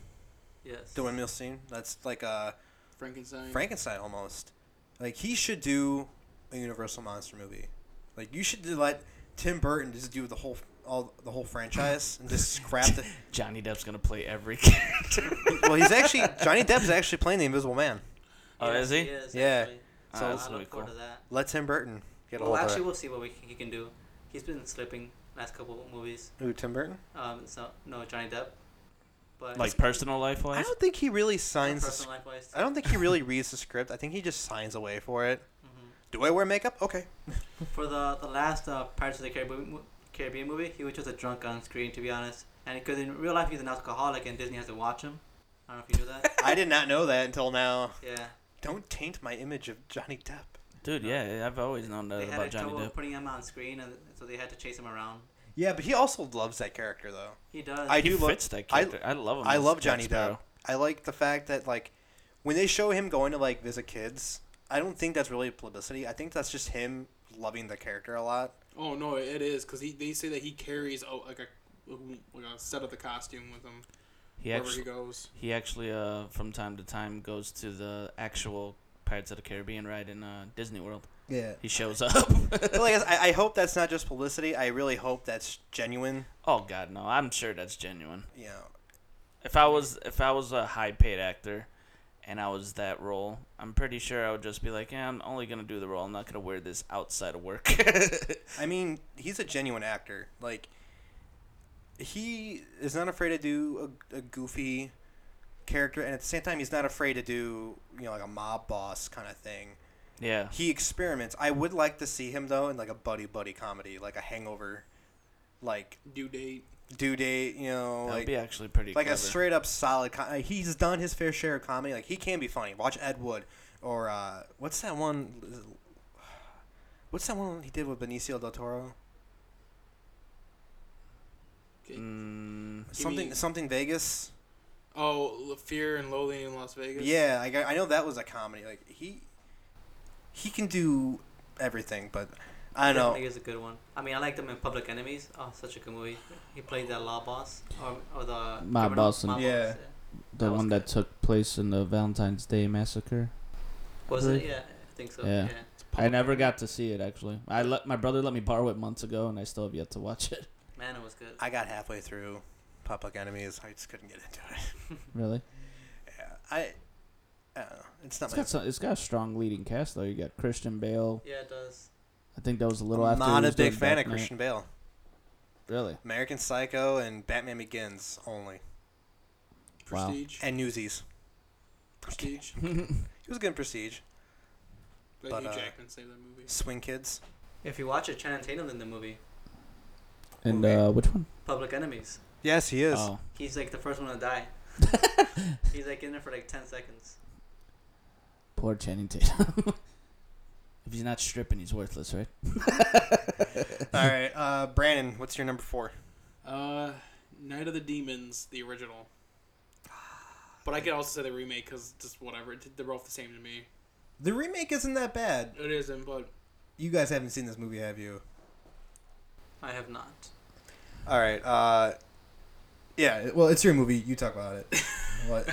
Speaker 5: yes.
Speaker 1: the windmill scene. That's like a
Speaker 3: Frankenstein.
Speaker 1: Frankenstein almost. Like he should do a Universal monster movie. Like you should let Tim Burton just do the whole all the whole franchise and just scrap the.
Speaker 4: Johnny Depp's gonna play every. character.
Speaker 1: well, he's actually Johnny Depp's actually playing the Invisible Man.
Speaker 4: oh,
Speaker 5: Yes,
Speaker 4: is he?
Speaker 5: is,
Speaker 1: Yeah.
Speaker 5: actually.
Speaker 4: Oh,
Speaker 5: So
Speaker 4: that's
Speaker 5: I
Speaker 4: really
Speaker 5: look forward
Speaker 4: cool.
Speaker 5: to that.
Speaker 1: Let Tim Burton get a
Speaker 5: well,
Speaker 1: hold
Speaker 5: actually,
Speaker 1: of
Speaker 5: we'll see what we, he can do. He's been slipping last couple of movies.
Speaker 1: it. Who Tim Burton?
Speaker 5: Um, so no Johnny Depp, but
Speaker 4: Like personal life
Speaker 1: I
Speaker 4: wise.
Speaker 1: don't think he really signs. The
Speaker 5: personal
Speaker 1: sc-
Speaker 5: life wise.
Speaker 1: I don't think he really reads the script. I think he just signs away for it.
Speaker 5: hmm
Speaker 1: Do I wear makeup? Okay.
Speaker 5: For the the last uh, Pirates of the Caribbean, mo- Caribbean movie, he was just a drunk on screen, to be honest. And because in real life he's an alcoholic, and Disney has to watch him. I don't know if you knew that.
Speaker 1: I did not know that until now.
Speaker 5: yeah,
Speaker 1: Don't taint my image of Johnny Depp.
Speaker 4: Dude, yeah, I've always known that
Speaker 5: they
Speaker 4: about
Speaker 5: had
Speaker 4: Johnny
Speaker 5: trouble
Speaker 4: Depp.
Speaker 5: putting him on screen, and so they had to chase him around.
Speaker 1: Yeah, but he also loves that character though.
Speaker 5: He does.
Speaker 1: I
Speaker 4: he
Speaker 1: do love-
Speaker 4: fits that
Speaker 1: I-
Speaker 4: character. I, love him.
Speaker 1: I
Speaker 4: as
Speaker 1: love
Speaker 4: Jack
Speaker 1: Johnny Depp.
Speaker 4: Sparrow.
Speaker 1: I like the fact that like when they show him going to like visit kids, I don't think that's really publicity. I think that's just him loving the character a lot.
Speaker 3: Oh no, it is because he. They say that he carries oh, like a like a set of the costume with him
Speaker 4: He
Speaker 3: wherever
Speaker 4: actually
Speaker 3: he goes.
Speaker 4: He actually, uh, from time to time, goes to the actual Pirates of the Caribbean ride in uh, Disney World.
Speaker 1: Yeah.
Speaker 4: He shows up.
Speaker 1: But like, I, I hope that's not just publicity. I really hope that's genuine.
Speaker 4: oh God, no! I'm sure that's genuine.
Speaker 1: You know,
Speaker 4: If I was, if I was a high-paid actor, and I was that role, I'm pretty sure I would just be like, "Yeah, I'm only gonna do the role. I'm not gonna wear this outside of work."
Speaker 1: I mean, he's a genuine actor. Like, he is not afraid to do a, a goofy character, and at the same time, he's not afraid to do you know like a mob boss kind of thing.
Speaker 4: yeah,
Speaker 1: He experiments. I would like to see him though in like a buddy buddy comedy, like a Hangover, like
Speaker 3: Due date.
Speaker 1: due date. You know, like
Speaker 4: that'd be actually pretty.
Speaker 1: like a
Speaker 4: clever.
Speaker 1: straight up solid. Com- he's done his fair share of comedy. Like he can be funny. Watch Ed Wood or uh, what's that one? What's that one he did with Benicio del Toro?
Speaker 3: Okay.
Speaker 4: Mm,
Speaker 1: Something
Speaker 3: mean-
Speaker 1: something Vegas.
Speaker 3: Oh, L- Fear and Loathing in Las Vegas.
Speaker 1: Yeah, like, I I know that was a comedy. Like he he can do everything, but I don't
Speaker 5: Definitely
Speaker 1: know.
Speaker 5: is a good one. I mean, I like them in Public Enemies. Oh, such a good movie. He played that law boss or, or the
Speaker 6: Mob
Speaker 5: criminal-
Speaker 6: boss and-
Speaker 5: mob
Speaker 1: Yeah.
Speaker 5: yeah.
Speaker 4: the
Speaker 5: That was
Speaker 4: one that
Speaker 5: good.
Speaker 4: took place in the Valentine's Day massacre. I
Speaker 5: Was it?
Speaker 4: believe.
Speaker 5: Yeah, I think so.
Speaker 4: Mm-hmm. Yeah.
Speaker 5: Yeah.
Speaker 4: I never got to see it actually. I let my brother let me borrow it months ago, and I still have yet to watch it.
Speaker 5: Man, it was good.
Speaker 1: I got halfway through Public Enemies. I just couldn't get into it.
Speaker 4: Really,
Speaker 1: Yeah, I, I don't know. It's not
Speaker 4: it's
Speaker 1: my.
Speaker 4: got some, it's got a strong leading cast though. You got Christian Bale.
Speaker 5: Yeah, it does.
Speaker 4: I think that was a little after. he
Speaker 1: I'm not
Speaker 4: was
Speaker 1: a big
Speaker 4: doing
Speaker 1: fan
Speaker 4: Dark
Speaker 1: of
Speaker 4: Knight.
Speaker 1: Christian Bale.
Speaker 4: Really,
Speaker 1: American Psycho and Batman Begins only,
Speaker 4: Wow.
Speaker 3: Prestige.
Speaker 1: and Newsies.
Speaker 3: Prestige.
Speaker 1: He was good in Prestige.
Speaker 3: Let
Speaker 1: But,
Speaker 3: Hugh
Speaker 1: uh,
Speaker 3: Jackman saved that movie.
Speaker 1: Swing Kids.
Speaker 5: If you watch it, Channing Tatum in the movie
Speaker 4: and
Speaker 1: Okay.
Speaker 4: uh, which one?
Speaker 5: Public Enemies.
Speaker 1: Yes, he is.
Speaker 4: Oh,
Speaker 5: He's like the first one to die. He's like in there for like ten seconds.
Speaker 4: poor Channing Tatum. if he's not stripping, he's worthless, right?
Speaker 1: All right, uh, Brandon, what's your number four?
Speaker 3: Uh, Night of the Demons, the original. But I could also say the remake because just whatever. It, they're both the same to me.
Speaker 1: The remake isn't that bad.
Speaker 3: It isn't, but
Speaker 1: You guys haven't seen this movie, have you?
Speaker 5: I have not.
Speaker 1: All right. Uh, yeah. Well, it's your movie. You talk about it. what?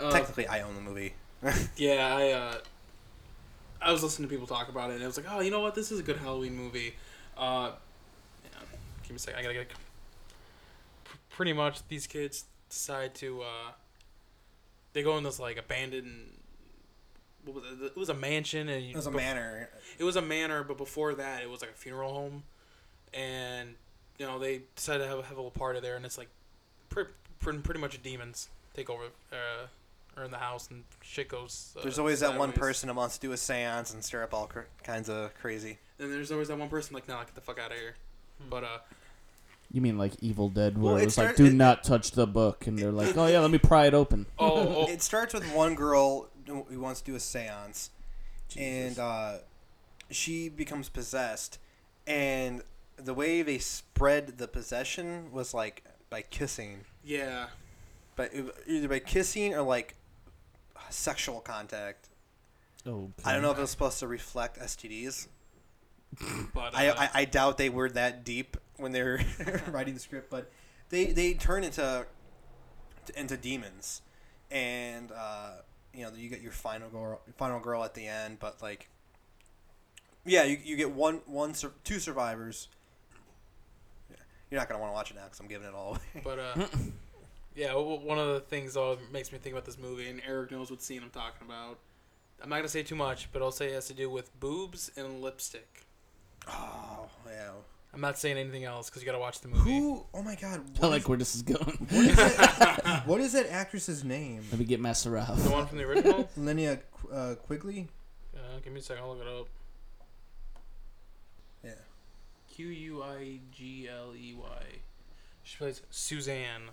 Speaker 3: uh,
Speaker 1: Technically, I own the movie.
Speaker 3: yeah, I uh, I was listening to people talk about it, and I was like, oh, you know what? This is a good Halloween movie. Uh, yeah, give me a second. I gotta get. a- P- pretty much, these kids decide to. Uh, they go in this like abandoned. What was it? it was a mansion, and you,
Speaker 1: It was a manor.
Speaker 3: it was a manor, but before that, it was like a funeral home, and you know they decided to have, have a little party there, and it's like pretty, pretty much demons take over, uh, are in the house, and shit goes. Uh,
Speaker 1: There's always that one
Speaker 3: sideways.
Speaker 1: person that wants to do a séance and stir up all cr- kinds of crazy.
Speaker 3: and there's always that one person like, nah, get the fuck out of here. But uh,
Speaker 4: You mean like Evil Dead, where
Speaker 1: Well,
Speaker 4: it
Speaker 1: it
Speaker 4: was like,
Speaker 1: start-
Speaker 4: "Do
Speaker 1: it-
Speaker 4: not touch the book," and they're like, "Oh yeah, let me pry it open."
Speaker 3: oh, oh
Speaker 1: It starts with one girl who wants to do a séance, and uh, she becomes possessed, and the way they spread the possession was like by kissing,
Speaker 3: yeah,
Speaker 1: but it, either by kissing or like sexual contact.
Speaker 4: Oh,
Speaker 1: I don't know if it was supposed to reflect STDs.
Speaker 3: but uh,
Speaker 1: I, I, I doubt they were that deep when they were writing the script, but they they turn into into demons, and uh, you know you get your final girl final girl at the end, but like yeah, you, you get one one sur- two survivors. Yeah. You're not gonna want to watch it now because I'm giving it all away.
Speaker 3: but uh, yeah, w- w- one of the things that always makes me think about this movie, and Eric knows what scene I'm talking about. I'm not gonna say too much, but I'll say it has to do with boobs and lipstick.
Speaker 1: Oh yeah.
Speaker 3: I'm not saying anything else because you gotta watch the movie.
Speaker 1: Who? Oh my God.
Speaker 4: I
Speaker 1: What,
Speaker 4: like where this is going.
Speaker 1: is, what, is that, what is that actress's name?
Speaker 4: Let me get my
Speaker 3: The
Speaker 4: Saraf.
Speaker 3: one from the original?
Speaker 1: Linnea Qu- uh, Quigley.
Speaker 3: uh, give me a second, I'll look it up.
Speaker 1: Yeah.
Speaker 3: Q U I G L E Y. She plays Suzanne.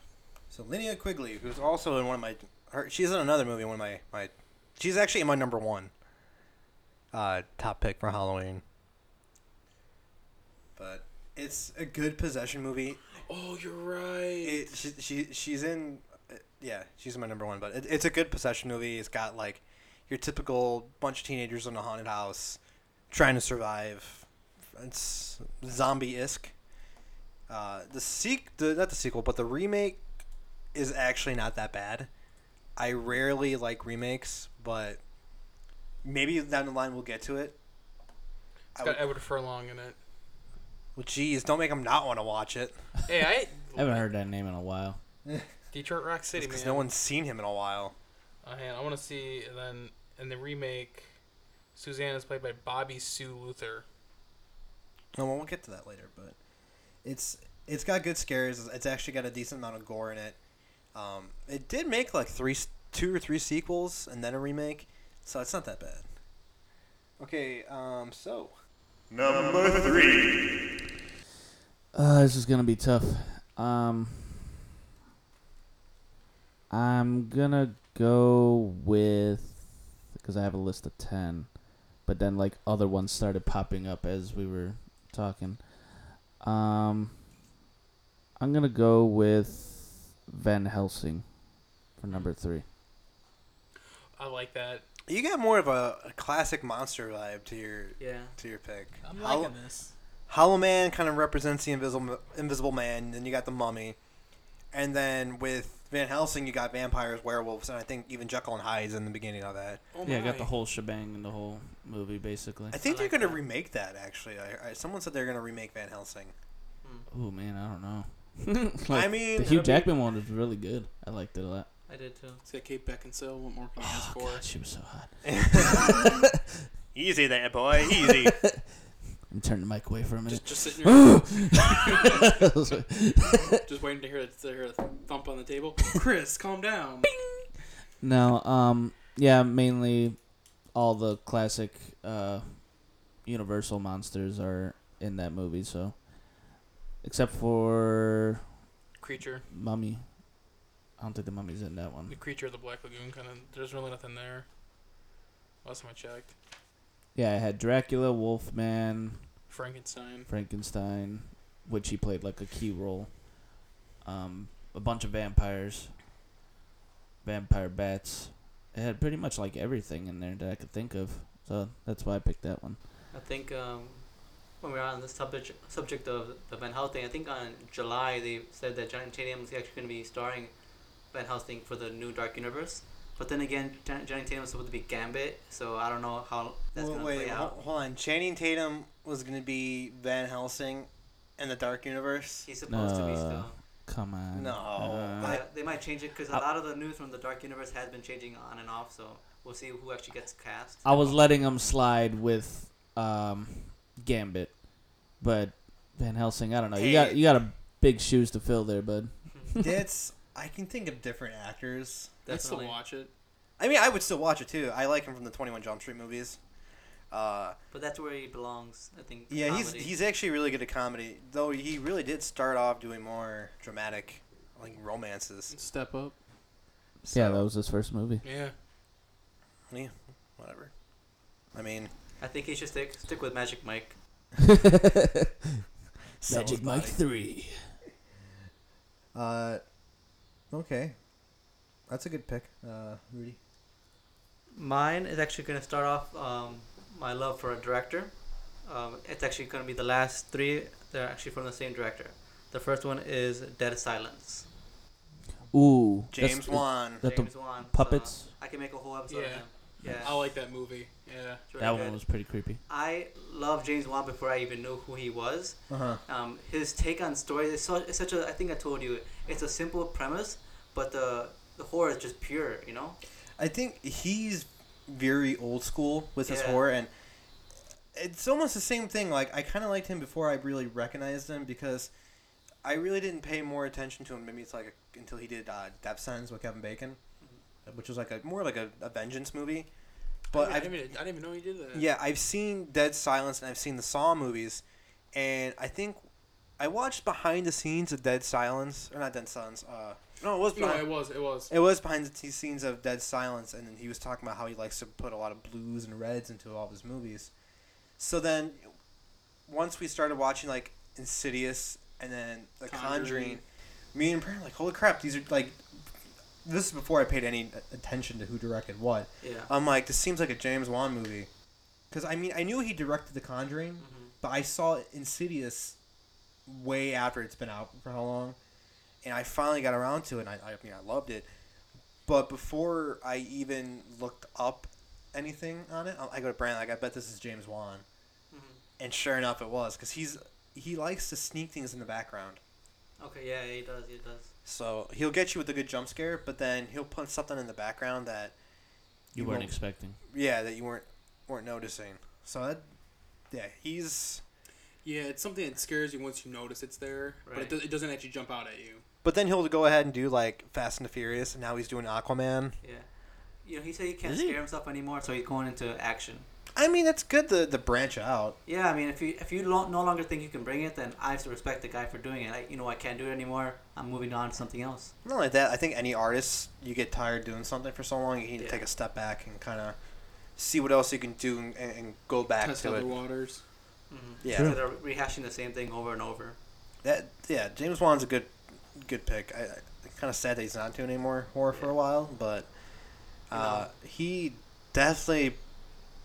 Speaker 1: So Linnea Quigley, who's also in one of my, her, she's in another movie. One of my, my, she's actually in my number one. Uh, top pick for Halloween. But it's a good possession movie.
Speaker 3: Oh, you're right.
Speaker 1: It, she, she, she's in, uh, yeah, she's in my number one. But it, it's a good possession movie. It's got like your typical bunch of teenagers in a haunted house, trying to survive. It's zombie isk. Uh, the sequ- the, not the sequel, but the remake is actually not that bad. I rarely like remakes, but maybe down the line we'll get to it.
Speaker 3: has got Edward Furlong in it.
Speaker 1: Well, geez, don't make them not want to watch it
Speaker 3: Hey, I
Speaker 4: I haven't heard that name in a while.
Speaker 3: Detroit Rock City, man.
Speaker 1: because no one's seen him in a while.
Speaker 3: Uh, hang on, I want to see, and then in the remake, Suzanne is played by Bobby Sue Luther.
Speaker 1: Oh, well, we'll get to that later, but it's it's got good scares. It's actually got a decent amount of gore in it. Um, it did make like three, s- two or three sequels and then a remake, so it's not that bad. Okay, um, so
Speaker 2: Number three.
Speaker 4: Uh, this is gonna be tough. Um, I'm gonna go with because I have a list of ten, but then like other ones started popping up as we were talking. Um, I'm gonna go with Van Helsing for number three.
Speaker 3: I like that.
Speaker 1: you got more of a, a classic monster vibe to your
Speaker 5: Yeah.
Speaker 1: to your pick.
Speaker 3: I'm
Speaker 1: Hol-
Speaker 3: liking this.
Speaker 1: Hollow Man kind of represents the invisible invisible man. Then you got the mummy, And then with Van Helsing, you got vampires, werewolves, and I think even Jekyll and Hyde's in the beginning of that.
Speaker 3: Oh
Speaker 4: yeah, I got
Speaker 3: my.
Speaker 4: the whole shebang in the whole movie basically.
Speaker 1: I think
Speaker 5: I like
Speaker 1: they're going
Speaker 5: that.
Speaker 1: to remake that, actually. I, I, someone said they're going to remake Van Helsing.
Speaker 4: Oh man, I don't know. Like,
Speaker 1: I mean,
Speaker 4: the Hugh
Speaker 1: it'll be-
Speaker 4: Jackman one was really good. I liked it a lot.
Speaker 5: I did too.
Speaker 3: It's got Kate Beckinsale. What more can you ask
Speaker 4: Oh
Speaker 3: for?
Speaker 4: god, she was so hot.
Speaker 1: Easy there, boy. Easy.
Speaker 4: I'm turning the mic away for a minute.
Speaker 3: Just, just sitting here,
Speaker 4: I
Speaker 3: just waiting to hear, to hear a thump on the table. Chris, calm down.
Speaker 4: No, um, yeah, mainly all the classic uh, Universal monsters are in that movie. So, except for
Speaker 3: Creature,
Speaker 4: Mummy, I don't think the Mummy's in that
Speaker 3: the
Speaker 4: one.
Speaker 3: creature of the Black Lagoon. Kind of. There's really nothing there. Last time I checked,
Speaker 4: Yeah, I had Dracula, Wolfman,
Speaker 3: Frankenstein.
Speaker 4: Frankenstein, which he played like a key role. Um, a bunch of vampires, vampire bats. It had pretty much like everything in there that I could think of. So that's why I picked that one.
Speaker 5: I think um, when we were on this subject subject of the Van Helsing, I think on July they said that Janet Tatum was actually going to be starring Van Helsing for the new Dark Universe. But then again, Jan- Janet Tatum was supposed to be Gambit, so I don't know how that's
Speaker 1: Well,
Speaker 5: going to
Speaker 1: wait,
Speaker 5: play
Speaker 1: hol-
Speaker 5: out.
Speaker 1: hold on. Channing Tatum was going to be Van Helsing in the Dark Universe.
Speaker 5: He's supposed to be still.
Speaker 4: Come on.
Speaker 1: No.
Speaker 4: Uh,
Speaker 1: I-
Speaker 5: But they might change it because a lot of the news from the Dark Universe has been changing on and off. So we'll see who actually gets cast.
Speaker 4: I was letting him slide with um, Gambit, but Van Helsing. I don't know. You got
Speaker 1: Hey.
Speaker 4: you got a big shoes to fill there, bud.
Speaker 1: That's. I can think of different actors.
Speaker 3: Let's still
Speaker 5: Definitely.
Speaker 3: watch it.
Speaker 1: I mean, I would still watch it too. I like him from the Twenty One Jump Street movies. Uh,
Speaker 5: But that's where he belongs, I think.
Speaker 1: yeah, he's
Speaker 5: comedy.
Speaker 1: he's actually really good at comedy, though. He really did start off doing more dramatic, like romances.
Speaker 3: Step up.
Speaker 1: So,
Speaker 4: yeah, that was his first movie.
Speaker 3: Yeah.
Speaker 1: whatever. I mean,
Speaker 5: I think he should stick stick with Magic Mike.
Speaker 1: someone's
Speaker 4: Magic Mike
Speaker 1: body.
Speaker 4: Three.
Speaker 1: Uh, okay, that's a good pick, uh, Rudy.
Speaker 5: Mine is actually going to start off um, my love for a director. Um, it's actually going to be the last three. They're actually from the same director. The first one is Dead Silence.
Speaker 4: Ooh, that's-
Speaker 1: James Wan. Uh,
Speaker 4: That the
Speaker 5: James Wan. so
Speaker 4: puppets?
Speaker 5: I can make a whole episode of
Speaker 3: Yeah.
Speaker 5: him. Yeah.
Speaker 3: I like that movie. Yeah.
Speaker 5: it's really
Speaker 4: That
Speaker 5: good.
Speaker 4: one was pretty creepy.
Speaker 5: I love James Wan before I even knew who he was.
Speaker 1: Uh huh.
Speaker 5: um, his take on stories is so, it's such a I think I told you it's a simple premise but the the horror is just pure you know
Speaker 1: I think he's very old school with his
Speaker 5: Yeah.
Speaker 1: horror, and it's almost the same thing. Like I kind of liked him before I really recognized him because I really didn't pay more attention to him. Maybe it's like until he did uh, Death Sentence with Kevin Bacon,
Speaker 4: Mm-hmm.
Speaker 1: which was like a more like a, a vengeance movie.
Speaker 4: Oh,
Speaker 1: But
Speaker 3: I
Speaker 1: I've,
Speaker 3: didn't, even, I didn't even know he did that.
Speaker 1: yeah, I've seen Dead Silence and I've seen the Saw movies, and I think I watched behind the scenes of Dead Silence or not Dead Silence. Uh, no, it was
Speaker 3: No,
Speaker 1: behind.
Speaker 3: it was. It was.
Speaker 1: It was behind the t- scenes of Dead Silence, and then he was talking about how he likes to put a lot of blues and reds into all of his movies. So then, once we started watching like Insidious and then The Conjuring,
Speaker 3: Conjuring.
Speaker 1: me and Brandon were like, holy crap, these are like. This is before I paid any a- attention to who directed what.
Speaker 5: yeah
Speaker 1: I'm like, this seems like a James Wan movie, because I mean, I knew he directed The Conjuring,
Speaker 5: Mm-hmm,
Speaker 1: but I saw Insidious way after it's been out for how long, and I finally got around to it. And I, I mean, I loved it, but before I even looked up anything on it, I I go to Brand like, I bet this is James Wan,
Speaker 5: mm-hmm.
Speaker 1: and sure enough, it was because he's he likes to sneak things in the background.
Speaker 5: okay yeah he does he does
Speaker 1: So he'll get you with a good jump scare, but then he'll put something in the background that
Speaker 4: You
Speaker 1: You
Speaker 4: weren't
Speaker 1: won't-
Speaker 4: expecting.
Speaker 1: yeah that you weren't weren't noticing. So that yeah, he's
Speaker 3: Yeah, it's something that scares you once you notice it's there, but
Speaker 5: Right.
Speaker 3: it, do- it doesn't actually jump out at you.
Speaker 1: But then he'll go ahead and do like Fast and the Furious, and now he's doing Aquaman.
Speaker 5: yeah you know he said he can't
Speaker 4: Is he?
Speaker 5: scare himself anymore so he's going into action
Speaker 1: I mean, that's good to, to branch out.
Speaker 5: yeah I mean if you if you lo- no longer think you can bring it then I have to respect the guy for doing it I, you know I can't do it anymore I'm moving on to something else
Speaker 1: Not like that. I think any artist, you get tired doing something for so long, you need
Speaker 5: Yeah.
Speaker 1: to take a step back and kind of see what else you can do and, and and go back
Speaker 3: Test
Speaker 1: to
Speaker 3: other
Speaker 1: it.
Speaker 3: waters.
Speaker 5: mm-hmm.
Speaker 1: Yeah.
Speaker 5: they're rehashing the same thing over and over
Speaker 1: That yeah, James Wan's a good good pick. I, I kind of sad that he's not doing any more horror for a while, but uh, he definitely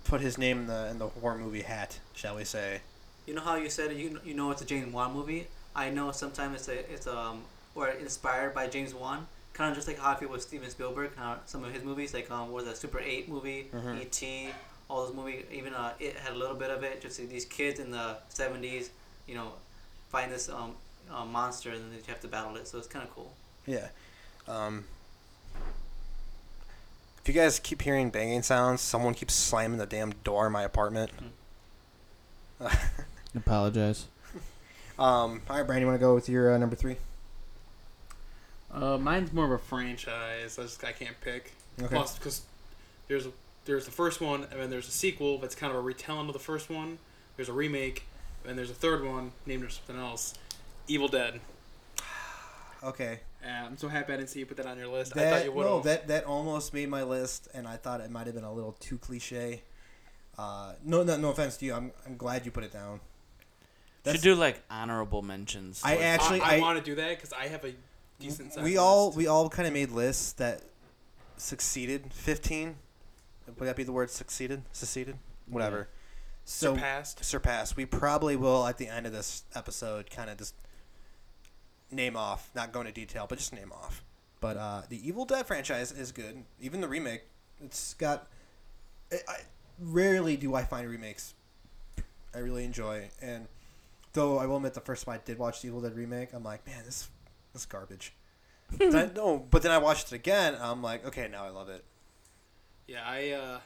Speaker 1: put his name in the in the horror movie hat, shall we say?
Speaker 5: You know how you said you you know it's a James Wan movie. I know sometimes it's a it's um or inspired by James Wan. Kind of just like how I feel with Steven Spielberg, kind of some of his movies, like um, what was that Super Eight movie,
Speaker 1: Mhm.
Speaker 5: E.T., all those movies. Even uh, it had a little bit of it. Just these kids in the '70s, you know, find this um, uh, monster and then they have to battle it. So it's kind of cool.
Speaker 1: Yeah. Um, if you guys keep hearing banging sounds, someone keeps slamming the damn door in my apartment.
Speaker 4: Apologize.
Speaker 1: Um, all right, Brian, you want to go with your uh, number three?
Speaker 3: Uh, mine's more of a franchise. I just I can't pick.
Speaker 1: Okay.
Speaker 3: Plus, because there's a, there's the first one, and then there's a sequel that's kind of a retelling of the first one. There's a remake, and there's a third one named after something else. Evil Dead.
Speaker 1: Okay.
Speaker 3: Uh, I'm so happy I didn't see you put that on your list. I
Speaker 1: That,
Speaker 3: thought you would
Speaker 1: no,
Speaker 3: have.
Speaker 1: that that almost made my list, and I thought it might have been a little too cliche. Uh, no, no, no offense to you. I'm I'm glad you put it down.
Speaker 7: Should do like honorable mentions.
Speaker 1: I
Speaker 7: like,
Speaker 3: I-
Speaker 1: actually
Speaker 3: I,
Speaker 1: I,
Speaker 3: want to do that because I have a decent.
Speaker 1: we
Speaker 3: sized
Speaker 1: all
Speaker 3: list.
Speaker 1: we all kind of made lists that succeeded. Fifteen, would that be the word? Succeeded, succeeded, whatever. So
Speaker 3: surpassed.
Speaker 1: surpass. We probably will at the end of this episode kind of just name off, not go into detail, but just name off. But uh, the Evil Dead franchise is good. Even the remake, it's got. I, I rarely do I find remakes. I really enjoy, and though I will admit the first time I did watch the Evil Dead remake, I'm like, man, this this is garbage. Then I- no, but then I watched it again. And I'm like, okay, now I love it.
Speaker 3: Yeah, I. Uh,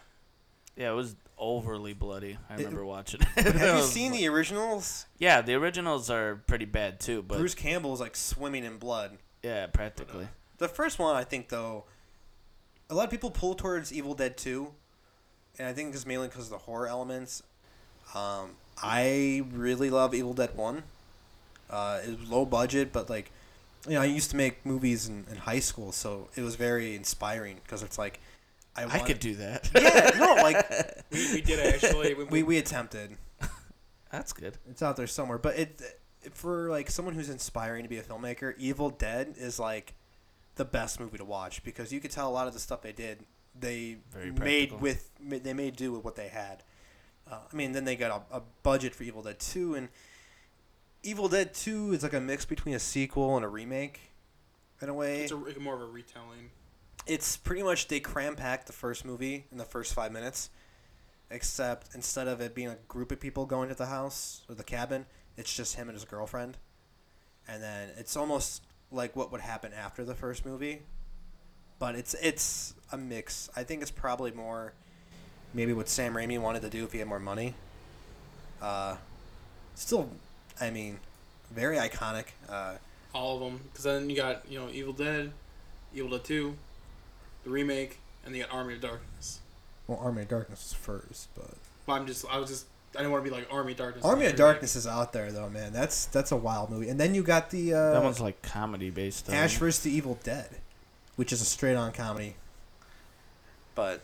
Speaker 7: yeah, it was overly bloody. I
Speaker 1: It-
Speaker 7: remember watching.
Speaker 1: Have you seen the originals?
Speaker 7: Yeah, the originals are pretty bad too, but
Speaker 1: Bruce Campbell's like swimming in blood.
Speaker 7: yeah, practically.
Speaker 1: The first one, I think, though, a lot of people pull towards Evil Dead 2, and I think it's mainly because of the horror elements. Um, I really love Evil Dead 1. Uh, it was low budget, but, like, you know, I used to make movies in, in high school, so it was very inspiring because it's like, I,
Speaker 7: I
Speaker 1: want-
Speaker 7: could do that.
Speaker 1: Yeah, no, like,
Speaker 3: we, we did actually. We,
Speaker 1: we, we attempted.
Speaker 7: That's good.
Speaker 1: It's out there somewhere, but it for like someone who's inspiring to be a filmmaker, Evil Dead is like the best movie to watch because you could tell a lot of the stuff they did they
Speaker 7: Very
Speaker 1: made
Speaker 7: practical.
Speaker 1: with ma- they made do with what they had. Uh, I mean, then they got a, a budget for Evil Dead Two, and Evil Dead Two is like a mix between a sequel and a remake, in a way.
Speaker 3: it's a, it's more of a retelling.
Speaker 1: it's pretty much they cram packed the first movie in the first five minutes, except instead of it being a group of people going to the house or the cabin, it's just him and his girlfriend, and then it's almost like what would happen after the first movie, but it's it's a mix. I think it's probably more, maybe what Sam Raimi wanted to do if he had more money. Uh, still, I mean, very iconic. Uh,
Speaker 3: All of them, because then you got you know Evil Dead, Evil Dead Two, the remake, and you got Army of Darkness.
Speaker 1: well, Army of Darkness is first, but.
Speaker 3: But I'm just I was just I didn't want to be like Army of Darkness.
Speaker 1: Army
Speaker 3: like
Speaker 1: of
Speaker 3: remake.
Speaker 1: Darkness is out there though, man. That's that's a wild movie. And then you got the uh,
Speaker 7: That one's like comedy based. on
Speaker 1: Ash vs. the Evil Dead, which is a straight on comedy. But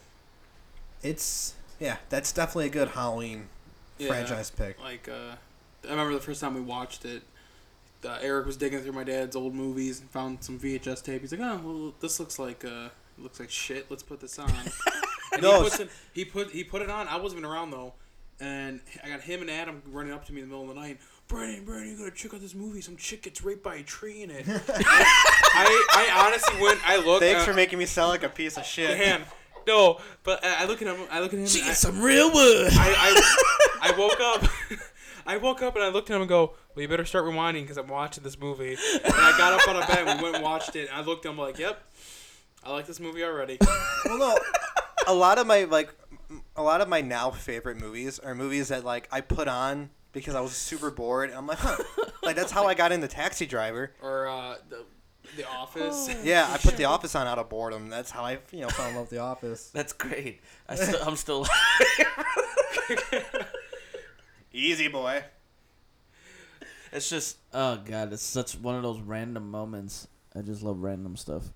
Speaker 1: it's yeah, that's definitely a good Halloween
Speaker 3: Yeah.
Speaker 1: franchise pick.
Speaker 3: Like uh, I remember the first time we watched it. Uh, Eric was digging through my dad's old movies and found some VHS tape. He's like, "Oh, well, this looks like uh, it looks like shit. Let's put this on." and
Speaker 1: No,
Speaker 3: he, puts it, he put he put it on. I wasn't even around though, and I got him and Adam running up to me in the middle of the night. Brandon, Brandon, you gotta check out this movie. Some chick gets raped by a tree in it. I, I honestly went. I looked. uh,
Speaker 1: making me sound like a piece of
Speaker 3: man. No, but I I look at him. I look at him.
Speaker 7: She
Speaker 3: I-
Speaker 7: gets some real wood.
Speaker 3: I, I, I woke up. I woke up and I looked at him and go, "Well, you better start rewinding because I'm watching this movie." And I got up out of bed. and We went and watched it. And I looked at him like, "Yep, I like this movie already."
Speaker 1: well, no, a lot of my like, m- a lot of my now favorite movies are movies that like I put on because I was super bored. And I'm like, huh, like that's how I got into Taxi Driver.
Speaker 3: Or uh, the, the Office.
Speaker 1: Yeah, I put The Office on out of boredom. That's how I you know fell in love with The Office.
Speaker 7: That's great. I still, I'm still.
Speaker 1: Easy boy.
Speaker 7: it's just
Speaker 4: Oh god, it's such one of those random moments. I just love random stuff.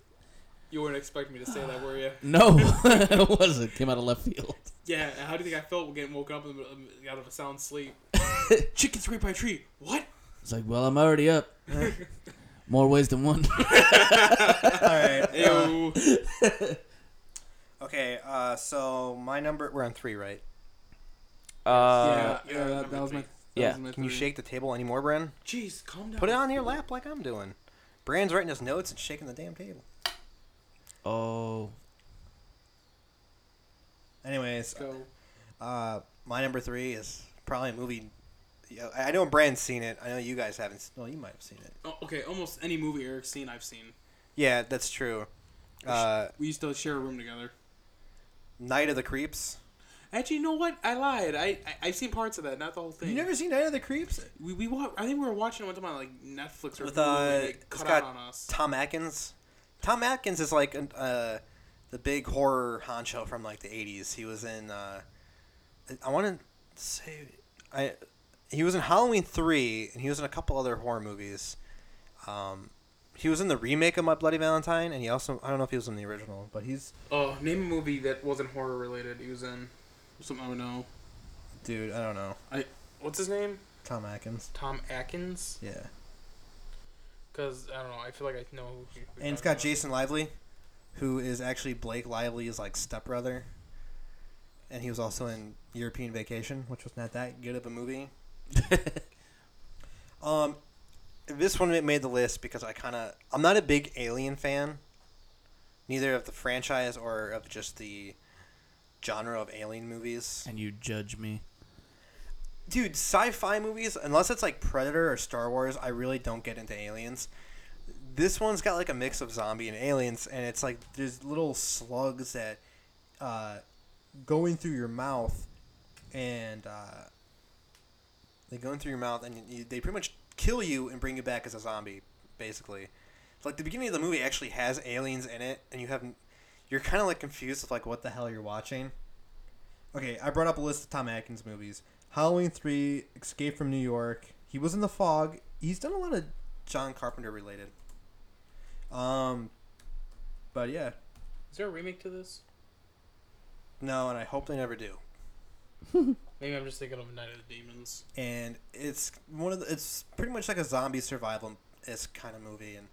Speaker 3: You weren't expecting me to say that, were you?
Speaker 4: No, it wasn't. Came out of left field.
Speaker 3: Yeah. and How do you think I felt getting woken up in the middle- um, out of a sound sleep? Chick gets raped by a tree. What?
Speaker 4: It's like, well, I'm already up. More ways than one.
Speaker 1: All right.
Speaker 3: Uh, Ew.
Speaker 1: Okay, uh, so my number, we're on three, right?
Speaker 7: uh,
Speaker 3: yeah, yeah, that was my. that
Speaker 7: Yeah,
Speaker 3: was my
Speaker 1: Can you
Speaker 3: three.
Speaker 1: shake the table anymore, Bren?
Speaker 3: Jeez, calm down.
Speaker 1: Put it on your lap like I'm doing. Brand's writing his notes and shaking the damn table.
Speaker 4: Oh,
Speaker 1: Anyways,
Speaker 3: Go.
Speaker 1: uh, my number three is probably a movie. Yeah, I I know Brand's seen it. I know you guys haven't. s- Well, you might have seen it.
Speaker 3: Oh, okay, almost any movie Eric's seen, I've seen.
Speaker 1: Yeah, that's true. Uh,
Speaker 3: We used to share a room together.
Speaker 1: Night of the Creeps.
Speaker 3: Actually, you know what? I lied. I, I I've seen parts of that, not the whole thing.
Speaker 1: You never seen Night of the Creeps?
Speaker 3: We we wa- I think we were watching it one time on like Netflix or
Speaker 1: With,
Speaker 3: Hulu,
Speaker 1: uh,
Speaker 3: and it
Speaker 1: it's
Speaker 3: cut
Speaker 1: got-
Speaker 3: out on us.
Speaker 1: Tom Atkins. Tom Atkins is like an, uh, the big horror honcho from like the '80s. He was in. Uh, I want to say, I he was in Halloween three, and he was in a couple other horror movies. Um, he was in the remake of My Bloody Valentine, and he also I don't know if he was in the original, but he's
Speaker 3: Oh, name a movie that wasn't horror related. He was in something I would know.
Speaker 1: dude. I don't know
Speaker 3: What's his name?
Speaker 1: Tom Atkins.
Speaker 3: Tom Atkins.
Speaker 1: Yeah,
Speaker 3: Because I don't know. I feel like I know. Who you're
Speaker 1: and it's got
Speaker 3: talking about.
Speaker 1: Jason Lively, who is actually Blake Lively's like stepbrother. And he was also in European Vacation, which was not that good of a movie. Um, this one made the list because I kind of I'm not a big Alien fan, neither of the franchise or of just the genre of Alien movies.
Speaker 4: and you judge me.
Speaker 1: Dude, sci-fi movies, unless it's like Predator or Star Wars, I really don't get into aliens. This one's got like a mix of zombie and aliens, and it's like there's little slugs that uh, go in through your mouth, and uh, they go in through your mouth, and you, they pretty much kill you and bring you back as a zombie, basically. Like the beginning of the movie actually has aliens in it, and you have you're kind of like confused with like what the hell you're watching. Okay, I brought up a list of Tom Atkins movies: Halloween Three, Escape from New York. He was in The Fog. He's done a lot of John Carpenter related. Um, but yeah,
Speaker 3: Is there a remake to this?
Speaker 1: no, and I hope they never do.
Speaker 3: Maybe I'm just thinking of Night of the Demons.
Speaker 1: and it's one of the, it's pretty much like a zombie survival esque kind of movie, and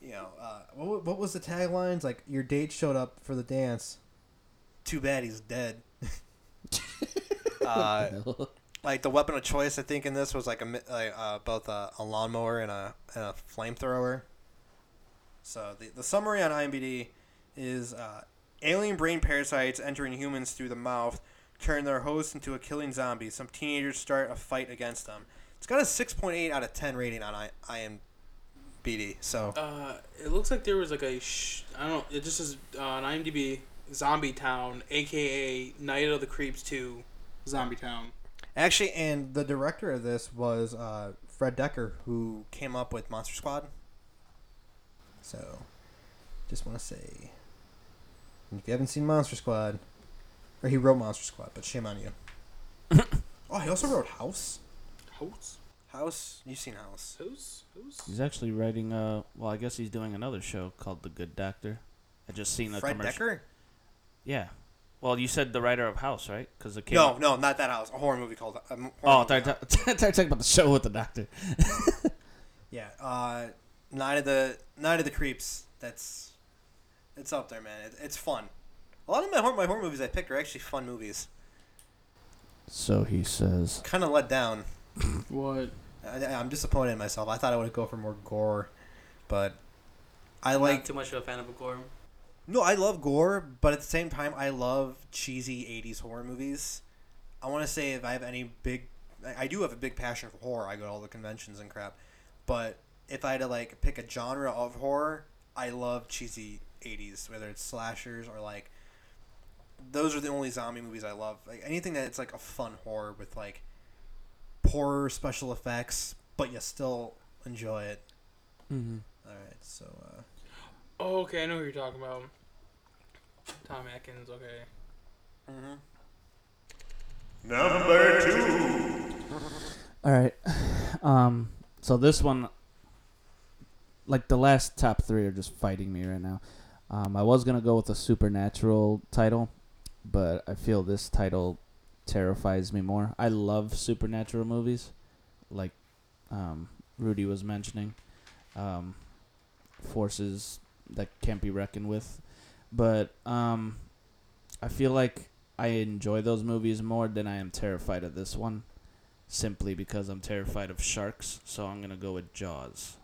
Speaker 1: you know uh, what wa- what was the taglines like? Your date showed up for the dance. Too bad he's dead. uh, like the weapon of choice, I think in this was like a mi- like, uh, both a, a lawnmower and a and a flamethrower. So the the summary on IMDb is uh, alien brain parasites entering humans through the mouth turn their host into a killing zombie. Some teenagers start a fight against them. It's got a 6.8 out of 10 rating on I- IMBD. So
Speaker 3: Uh, it looks like there was like a sh- I don't. It just says uh, on IMDb, Zombie Town, aka Night of the Creeps Two, Zombie Town.
Speaker 1: actually, and the director of this was uh, Fred Decker, who came up with Monster Squad. So just want to say, if you haven't seen Monster Squad, or he wrote Monster Squad, but shame on you. oh, he also wrote House.
Speaker 3: House,
Speaker 1: House, you've seen House.
Speaker 3: house, house.
Speaker 4: He's actually writing. Uh, well, I guess he's doing another show called The Good Doctor. I just seen the
Speaker 1: Fred
Speaker 4: commercial.
Speaker 1: Decker?
Speaker 4: Yeah. Well, you said the writer of House, right? Because the kid.
Speaker 1: No, no, not that House. A horror movie called. a horror
Speaker 4: Oh, I
Speaker 1: movie
Speaker 4: thought I thought you were talking about the show with the doctor.
Speaker 1: Yeah, uh, Night of the Night of the Creeps. That's it's up there, man. It, it's fun. A lot of my horror, my horror movies I picked are actually fun movies.
Speaker 4: So he says.
Speaker 1: Kind of let down.
Speaker 3: What?
Speaker 1: I, I'm disappointed in myself. I thought I would go for more gore, but I like
Speaker 5: Not too much of a fan of gore.
Speaker 1: No, I love gore, but at the same time, I love cheesy '80s horror movies. I want to say if I have any big, I I do have a big passion for horror. I go to all the conventions and crap, but if I had to like pick a genre of horror, I love cheesy '80s, whether it's slashers or like. Those are the only zombie movies I love. Like anything that it's like a fun horror with like poorer special effects, but you still enjoy it.
Speaker 4: Mm-hmm.
Speaker 1: All right, so uh,
Speaker 3: Oh, okay, I know who you're talking about. Tom Atkins. Okay.
Speaker 2: Mm-hmm. Number two.
Speaker 4: All right. Um. So this one, like the last top three, are just fighting me right now. Um, I was gonna go with a supernatural title, but I feel this title terrifies me more. I love supernatural movies, like um, Rudy was mentioning, um, forces that can't be reckoned with. But um, I feel like I enjoy those movies more than I am terrified of this one simply because I'm terrified of sharks, so I'm gonna go with Jaws.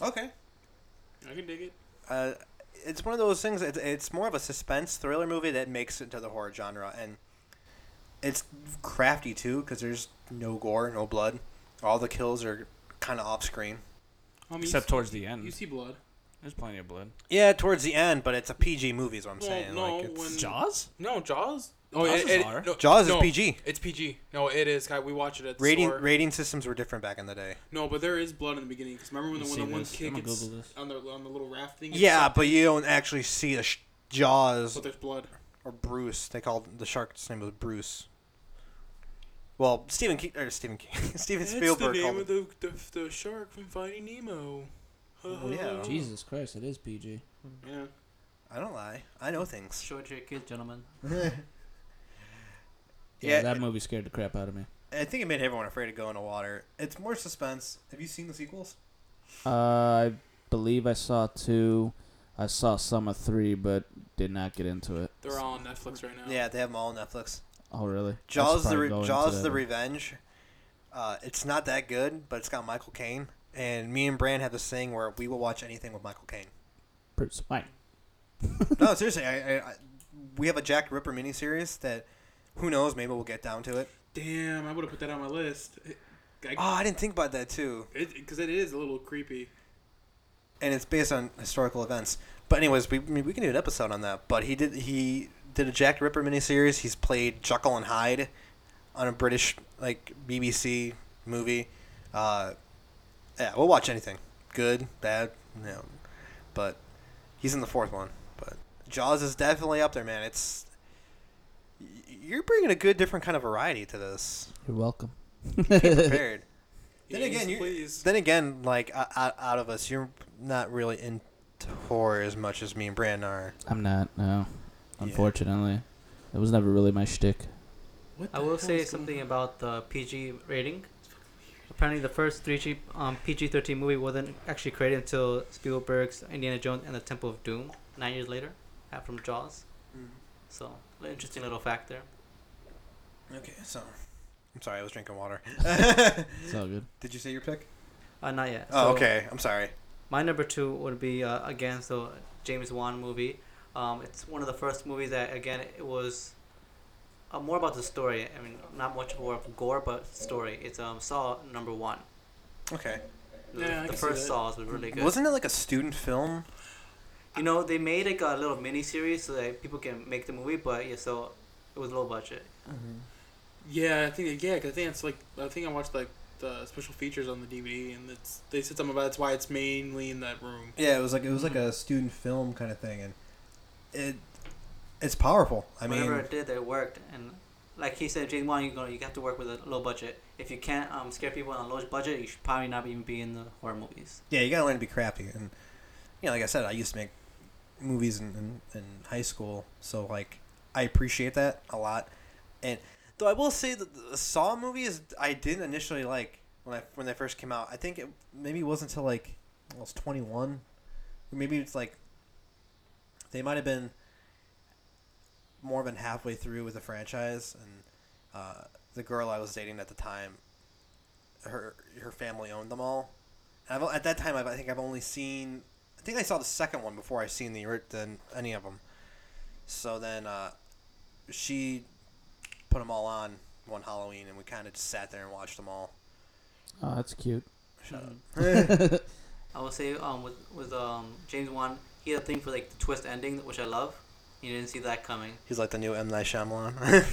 Speaker 1: okay,
Speaker 3: I can dig it.
Speaker 1: uh, it's one of those things. It's, it's more of a suspense thriller movie that makes it into the horror genre, and it's crafty too because there's no gore, no blood. All the kills are kind of off screen.
Speaker 3: Homie,
Speaker 7: Except towards the
Speaker 3: you,
Speaker 7: end.
Speaker 3: you see blood.
Speaker 7: There's plenty of blood.
Speaker 1: Yeah, towards the end, but it's a PG movie. Is what I'm
Speaker 3: Well,
Speaker 1: saying.
Speaker 3: no,
Speaker 1: like it's,
Speaker 3: when-
Speaker 7: Jaws?
Speaker 3: No, Jaws. Oh,
Speaker 7: Jaws
Speaker 3: it,
Speaker 7: is
Speaker 3: it-
Speaker 7: R.
Speaker 3: no,
Speaker 1: Jaws
Speaker 3: no,
Speaker 1: is PG.
Speaker 3: It's PG. No, it is. Guy, we watch it at the
Speaker 1: Rating
Speaker 3: store.
Speaker 1: rating systems were different back in the day.
Speaker 3: no, but there is blood in the beginning. Cause remember when the,
Speaker 7: Let's
Speaker 3: when the
Speaker 7: see
Speaker 3: one
Speaker 7: this.
Speaker 3: kid
Speaker 7: I'ma
Speaker 3: gets
Speaker 7: Google this.
Speaker 3: on the on the little raft thing? gets
Speaker 1: Yeah,
Speaker 3: sucked
Speaker 1: but
Speaker 3: in,
Speaker 1: you don't actually see a sh- Jaws
Speaker 3: But there's blood.
Speaker 1: or Bruce. They called the shark's name was Bruce. Well, Stephen King or Stephen King, Steven Spielberg called it.
Speaker 3: the, the, the shark from Finding Nemo.
Speaker 1: Oh, yeah.
Speaker 4: Jesus Christ, it is PG.
Speaker 3: Yeah.
Speaker 1: I don't lie. I know things.
Speaker 5: Show it to your kids, gentlemen.
Speaker 4: Yeah,
Speaker 1: Yeah,
Speaker 4: that
Speaker 1: it-
Speaker 4: movie scared the crap out of me.
Speaker 1: I think it made everyone afraid to go in the water. It's more suspense. Have you seen the sequels?
Speaker 4: Uh, I believe I saw two. I saw some of three, but did not get into it.
Speaker 3: They're all on Netflix right now.
Speaker 1: Yeah, they have them all on Netflix.
Speaker 4: Oh, really? I should
Speaker 1: Jaws the
Speaker 4: probably
Speaker 1: Re-
Speaker 4: go into
Speaker 1: Jaws
Speaker 4: that
Speaker 1: the
Speaker 4: one.
Speaker 1: Revenge. Uh, it's not that good, but it's got Michael Caine, and me and Brand have this thing where we will watch anything with Michael Caine.
Speaker 4: Bruce Wayne.
Speaker 1: no, seriously, I, I, I we have a Jack Ripper miniseries that who knows, maybe we'll get down to it.
Speaker 3: Damn, I would have put that on my list. It,
Speaker 1: Oh, I didn't think about that too.
Speaker 3: because it is a little creepy.
Speaker 1: And it's based on historical events. But anyways, we I mean, we can do an episode on that. But he did he did a Jack Ripper miniseries. He's played Jekyll and Hyde on a British like BBC movie. Uh, yeah, we'll watch anything, good, bad, you know. But he's in the fourth one. But Jaws is definitely up there, man. It's y- you're bringing a good different kind of variety to this.
Speaker 4: You're welcome.
Speaker 1: Prepared. Then
Speaker 3: Yes,
Speaker 1: again, you-
Speaker 3: please.
Speaker 1: Then again, like o- out, out of us, you're not really into horror as much as me and Brandon are.
Speaker 4: I'm not. No, unfortunately, it was never really my shtick.
Speaker 3: What
Speaker 5: I
Speaker 3: the
Speaker 5: will
Speaker 3: hell
Speaker 5: say
Speaker 3: is going
Speaker 5: something about the PG rating. Apparently, the first three G, um, PG-13 movie wasn't actually created until Spielberg's Indiana Jones and the Temple of Doom nine years later, uh, from Jaws.
Speaker 1: Mm,
Speaker 5: So, an interesting little fact there.
Speaker 1: Okay, so I'm sorry, I was drinking water.
Speaker 4: It's all good.
Speaker 1: Did you say your pick?
Speaker 5: Uh, not yet.
Speaker 1: Oh,
Speaker 5: So,
Speaker 1: okay. I'm sorry.
Speaker 5: My number two would be uh, again so James Wan movie. Um, it's one of the first movies that again it was uh, more about the story. I mean, not much more of gore, but story. It's um Saw number one.
Speaker 1: Okay.
Speaker 5: The-
Speaker 3: Yeah, I
Speaker 5: the
Speaker 3: can see
Speaker 5: first
Speaker 3: that.
Speaker 5: Saws was really good.
Speaker 1: Wasn't it like a student film?
Speaker 5: You know, they made like a little mini series so that people can make the movie, but yeah, so it was low budget. Mm-hmm.
Speaker 3: on? Yeah, I think yeah, 'cause I think it's like I think I watched like the special features on the DVD, and it's they said something about that's why it's mainly in that room.
Speaker 1: Yeah, it was like it was like a student film kind of thing, and it it's powerful. I mean,
Speaker 5: Whatever it did, it worked. And like he said, James Wan, you know, you have to work with a low budget. If you can't um, scare people on a low budget, you should probably not even be in the horror movies.
Speaker 1: yeah, you gotta learn to be crafty, and you know, like I said, I used to make movies in, in, in high school, so like I appreciate that a lot. And though I will say that the Saw movies I didn't initially like when I when they first came out. I think it maybe it wasn't until like I was twenty one, maybe it's like they might have been more than halfway through with the franchise, and uh, the girl I was dating at the time, her her family owned them all. And I've, at that time, I've, I think I've only seen. I think I saw the second one before I seen the or- than any of them. So then, uh, she put them all on one Halloween, and we kind of just sat there and watched them all.
Speaker 4: Oh, that's cute.
Speaker 1: Shut up.
Speaker 5: Mm. I would say um, with with um, James Wan, he had a thing for like the twist ending, which I love. You didn't see that coming.
Speaker 1: He's like the new M Night Shyamalan.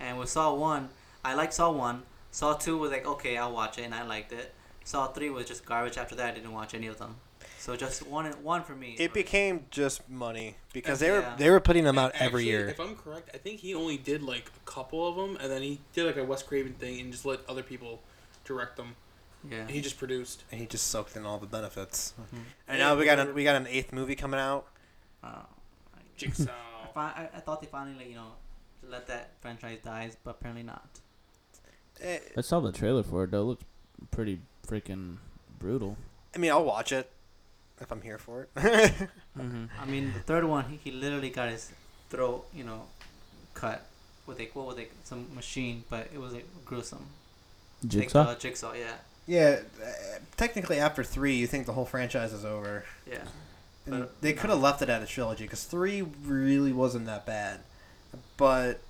Speaker 5: And with Saw One, I liked Saw One. Saw Two was like okay, I'll watch it, and I liked it. Saw Three was just garbage. After that, I didn't watch any of them. So just one one for me.
Speaker 1: it became just money because they were
Speaker 5: Yeah.
Speaker 1: they were putting them out
Speaker 3: Actually,
Speaker 1: every year.
Speaker 3: If I'm correct, I think he only did like a couple of them, and then he did like a Wes Craven thing and just let other people direct them.
Speaker 5: yeah.
Speaker 3: He just produced.
Speaker 1: and he just soaked in all the benefits.
Speaker 5: Mhm.
Speaker 1: And now we got a, we got an eighth movie coming out.
Speaker 5: Uh,
Speaker 3: Jigsaw.
Speaker 5: I, fi- I, I thought they finally like you know let that franchise die, but apparently not.
Speaker 1: Eh,
Speaker 4: I saw the trailer for it though. It looks pretty freaking brutal.
Speaker 1: I mean, I'll watch it if I'm here for it.
Speaker 7: Mm-hmm.
Speaker 5: I mean, the third one, he, he literally got his throat, you know, cut with like what was like some machine, but it was like gruesome. Like,
Speaker 4: Jigsaw.
Speaker 5: uh, jigsaw, yeah.
Speaker 1: Yeah, uh, technically after three, you think the whole franchise is over.
Speaker 5: Yeah.
Speaker 1: And
Speaker 5: But-
Speaker 1: they could have left it at a trilogy because three really wasn't that bad, but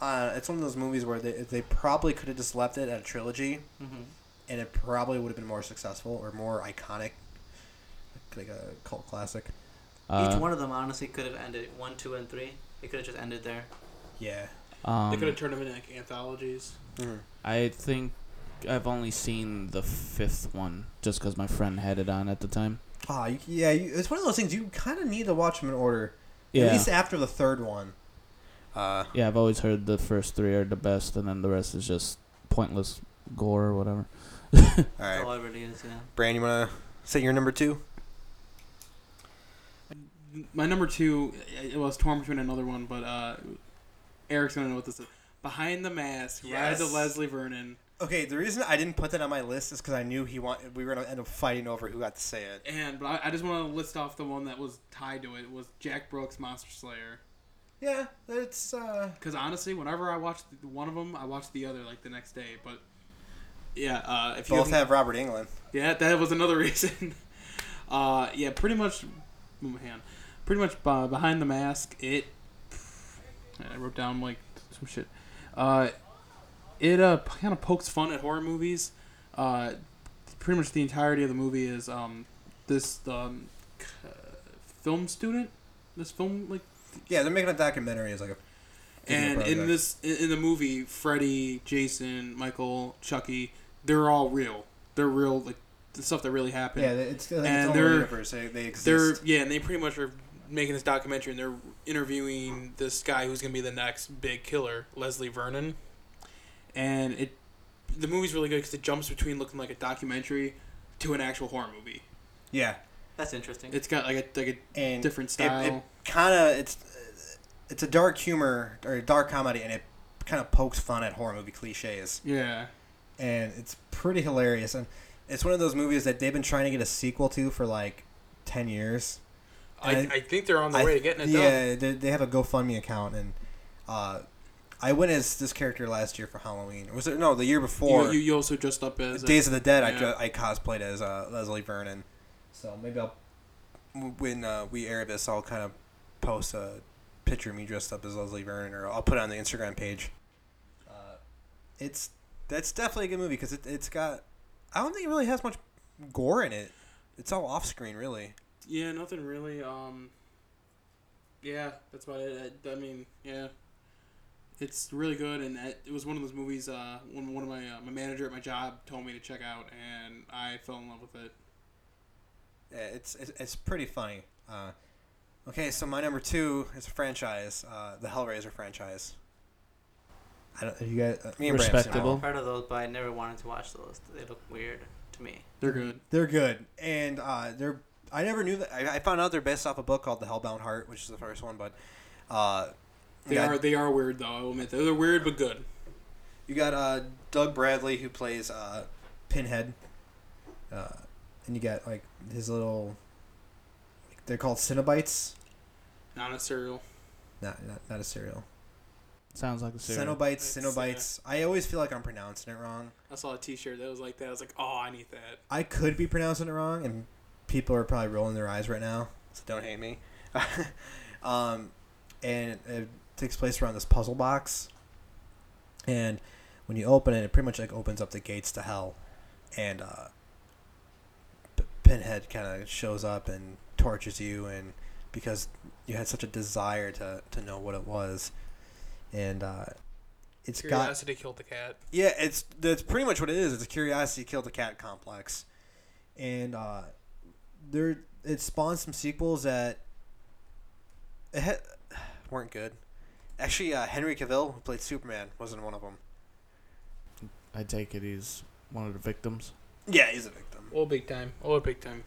Speaker 1: uh, it's one of those movies where they they probably could have just left it at a trilogy,
Speaker 5: hmm
Speaker 1: and it probably would have been more successful or more iconic, like a cult classic.
Speaker 4: Uh,
Speaker 5: Each one of them honestly could have ended one, two, and three. It could have just ended there.
Speaker 1: Yeah.
Speaker 4: um,
Speaker 3: They could have turned them into like, anthologies.
Speaker 1: Mm-hmm.
Speaker 4: I think I've only seen the fifth one just because my friend had it on at the time.
Speaker 1: Ah, you, yeah. You, it's one of those things you kind of need to watch them in order. At
Speaker 4: Yeah,
Speaker 1: least after the third one. Uh,
Speaker 4: yeah. I've always heard the first three are the best, and then the rest is just pointless gore or
Speaker 1: all
Speaker 4: whatever.
Speaker 5: That's
Speaker 1: right,
Speaker 5: all it really is. Yeah.
Speaker 1: Bran, you wanna say your number two?
Speaker 3: My number two, I- it was torn between another one, but uh, Eric's gonna know what this is. Behind the Mask, Rise
Speaker 1: Yes.
Speaker 3: of Leslie Vernon,
Speaker 1: Okay, the reason I didn't put that on my list is because I knew he want we were gonna end up fighting over who got to say it.
Speaker 3: and but I, I just want to list off the one that was tied to it was Jack Brooks Monster Slayer.
Speaker 1: Yeah, it's uh,
Speaker 3: Because honestly, whenever I watched one of them, I watched the other like the next day. But yeah, uh, if you
Speaker 1: both
Speaker 3: haven't-
Speaker 1: have Robert England.
Speaker 3: Yeah, that was another reason. Uh, yeah, pretty much. Move my hand. Pretty much uh, behind the mask. It. I wrote down like some shit. Uh, it uh, kind of pokes fun at horror movies. Uh, pretty much the entirety of the movie is um, this um, c- uh, film student. This film like
Speaker 1: Yeah, they're making a documentary as like a. video
Speaker 3: and
Speaker 1: project.
Speaker 3: in this in in the movie freddy jason michael chucky they're all real they're real like the stuff that really happened
Speaker 1: yeah, it's, it's
Speaker 3: and
Speaker 1: and
Speaker 3: they're-
Speaker 1: universe. They, they exist.
Speaker 3: they're yeah and they pretty much are making this documentary and they're interviewing this guy who's gonna be the next big killer leslie vernon and it the movie's really good because it jumps between looking like a documentary to an actual horror movie
Speaker 1: yeah,
Speaker 5: That's interesting.
Speaker 3: it's got like a like a
Speaker 1: and
Speaker 3: different
Speaker 1: it- it-
Speaker 3: style
Speaker 1: kind of it's it's a dark humor or dark comedy, and it kind of pokes fun at horror movie cliches.
Speaker 3: yeah
Speaker 1: and it's pretty hilarious. And it's one of those movies that they've been trying to get a sequel to for like ten years.
Speaker 3: I,
Speaker 1: And I-
Speaker 3: I think they're on the
Speaker 1: I-
Speaker 3: way to getting it done
Speaker 1: yeah, they, they have a GoFundMe account, and uh, I went as this character last year for Halloween. Was it no the year before?
Speaker 3: you, you, you also dressed up as a-
Speaker 1: Days of the Dead. I,
Speaker 3: yeah.
Speaker 1: dre- I cosplayed as uh, Leslie Vernon. So maybe I'll when uh, we air this, I'll kind of post a picture of me dressed up as Leslie Vernon, or I'll put it on the Instagram page. Uh, it's that's definitely a good movie because it, it's got. I don't think it really has much gore in it. It's all off screen, really.
Speaker 3: Yeah, nothing really. Um, yeah, that's about it. I, I mean, yeah, it's really good, and it, it was one of those movies. Uh, one one of my uh, my manager at my job told me to check out, and I fell in love with it.
Speaker 1: Yeah, uh, It's it's, it's pretty funny. Uh, okay, so my number two is a franchise, uh, the Hellraiser franchise. I don't. You guys, uh, me and Bram's seen all of them.
Speaker 4: Respectable.
Speaker 5: I'm proud of those, but I never wanted to watch those. They look weird to me.
Speaker 3: They're good.
Speaker 1: They're good, and uh, they're. I never knew that. I, I found out they're based off a book called The Hellbound Heart, which is the first one. But uh,
Speaker 3: They
Speaker 1: Yeah.
Speaker 3: are they are weird though. I will admit that. they're weird but good.
Speaker 1: you got uh, Doug Bradley who plays uh, Pinhead, uh, and you got like his little. They're called Cenobites.
Speaker 3: Not a cereal.
Speaker 1: Not not, not a cereal.
Speaker 4: Sounds like a serial.
Speaker 1: Cenobites,
Speaker 3: It's, uh,
Speaker 1: Cenobites. I always feel like I'm pronouncing it wrong.
Speaker 3: I saw a T-shirt that was like that. I was like, oh, I need that.
Speaker 1: I could be pronouncing it wrong, and people are probably rolling their eyes right now, so don't hate me. um, and it takes place around this puzzle box, and when you open it, it pretty much like opens up the gates to hell, and uh, P- Pinhead kind of shows up and tortures you, and because you had such a desire to to know what it was, and uh, it's got
Speaker 3: Curiosity killed the cat.
Speaker 1: yeah, it's that's pretty much what it is. It's a curiosity killed the cat complex, and uh, there it spawned some sequels that it ha- weren't good. Actually, uh, Henry Cavill, who played Superman, wasn't one of them.
Speaker 4: I take it he's one of the victims.
Speaker 1: Yeah, he's a victim.
Speaker 3: Oh, big time. Oh, big time.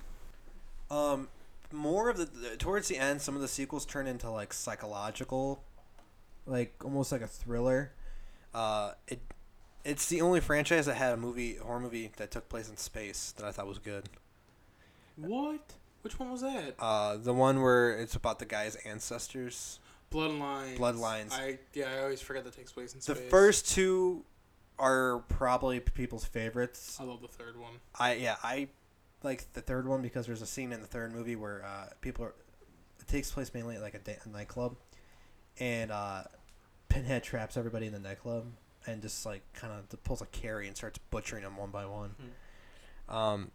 Speaker 1: Um, more of the, the towards the end, some of the sequels turn into like psychological, like almost like a thriller. Uh, it it's the only franchise that had a movie horror movie that took place in space that I thought was good.
Speaker 3: What? Which one was that?
Speaker 1: Uh, the one where it's about the guy's ancestors.
Speaker 3: Bloodlines.
Speaker 1: Bloodlines.
Speaker 3: I yeah, I always forget that takes place in
Speaker 1: The
Speaker 3: space.
Speaker 1: first two are probably people's favorites.
Speaker 3: I love the third one.
Speaker 1: I yeah I like the third one because there's a scene in the third movie where uh, people are. It takes place mainly at like a, da- a nightclub, and uh, Pinhead traps everybody in the nightclub and just like kind of pulls a carry and starts butchering them one by one. Um,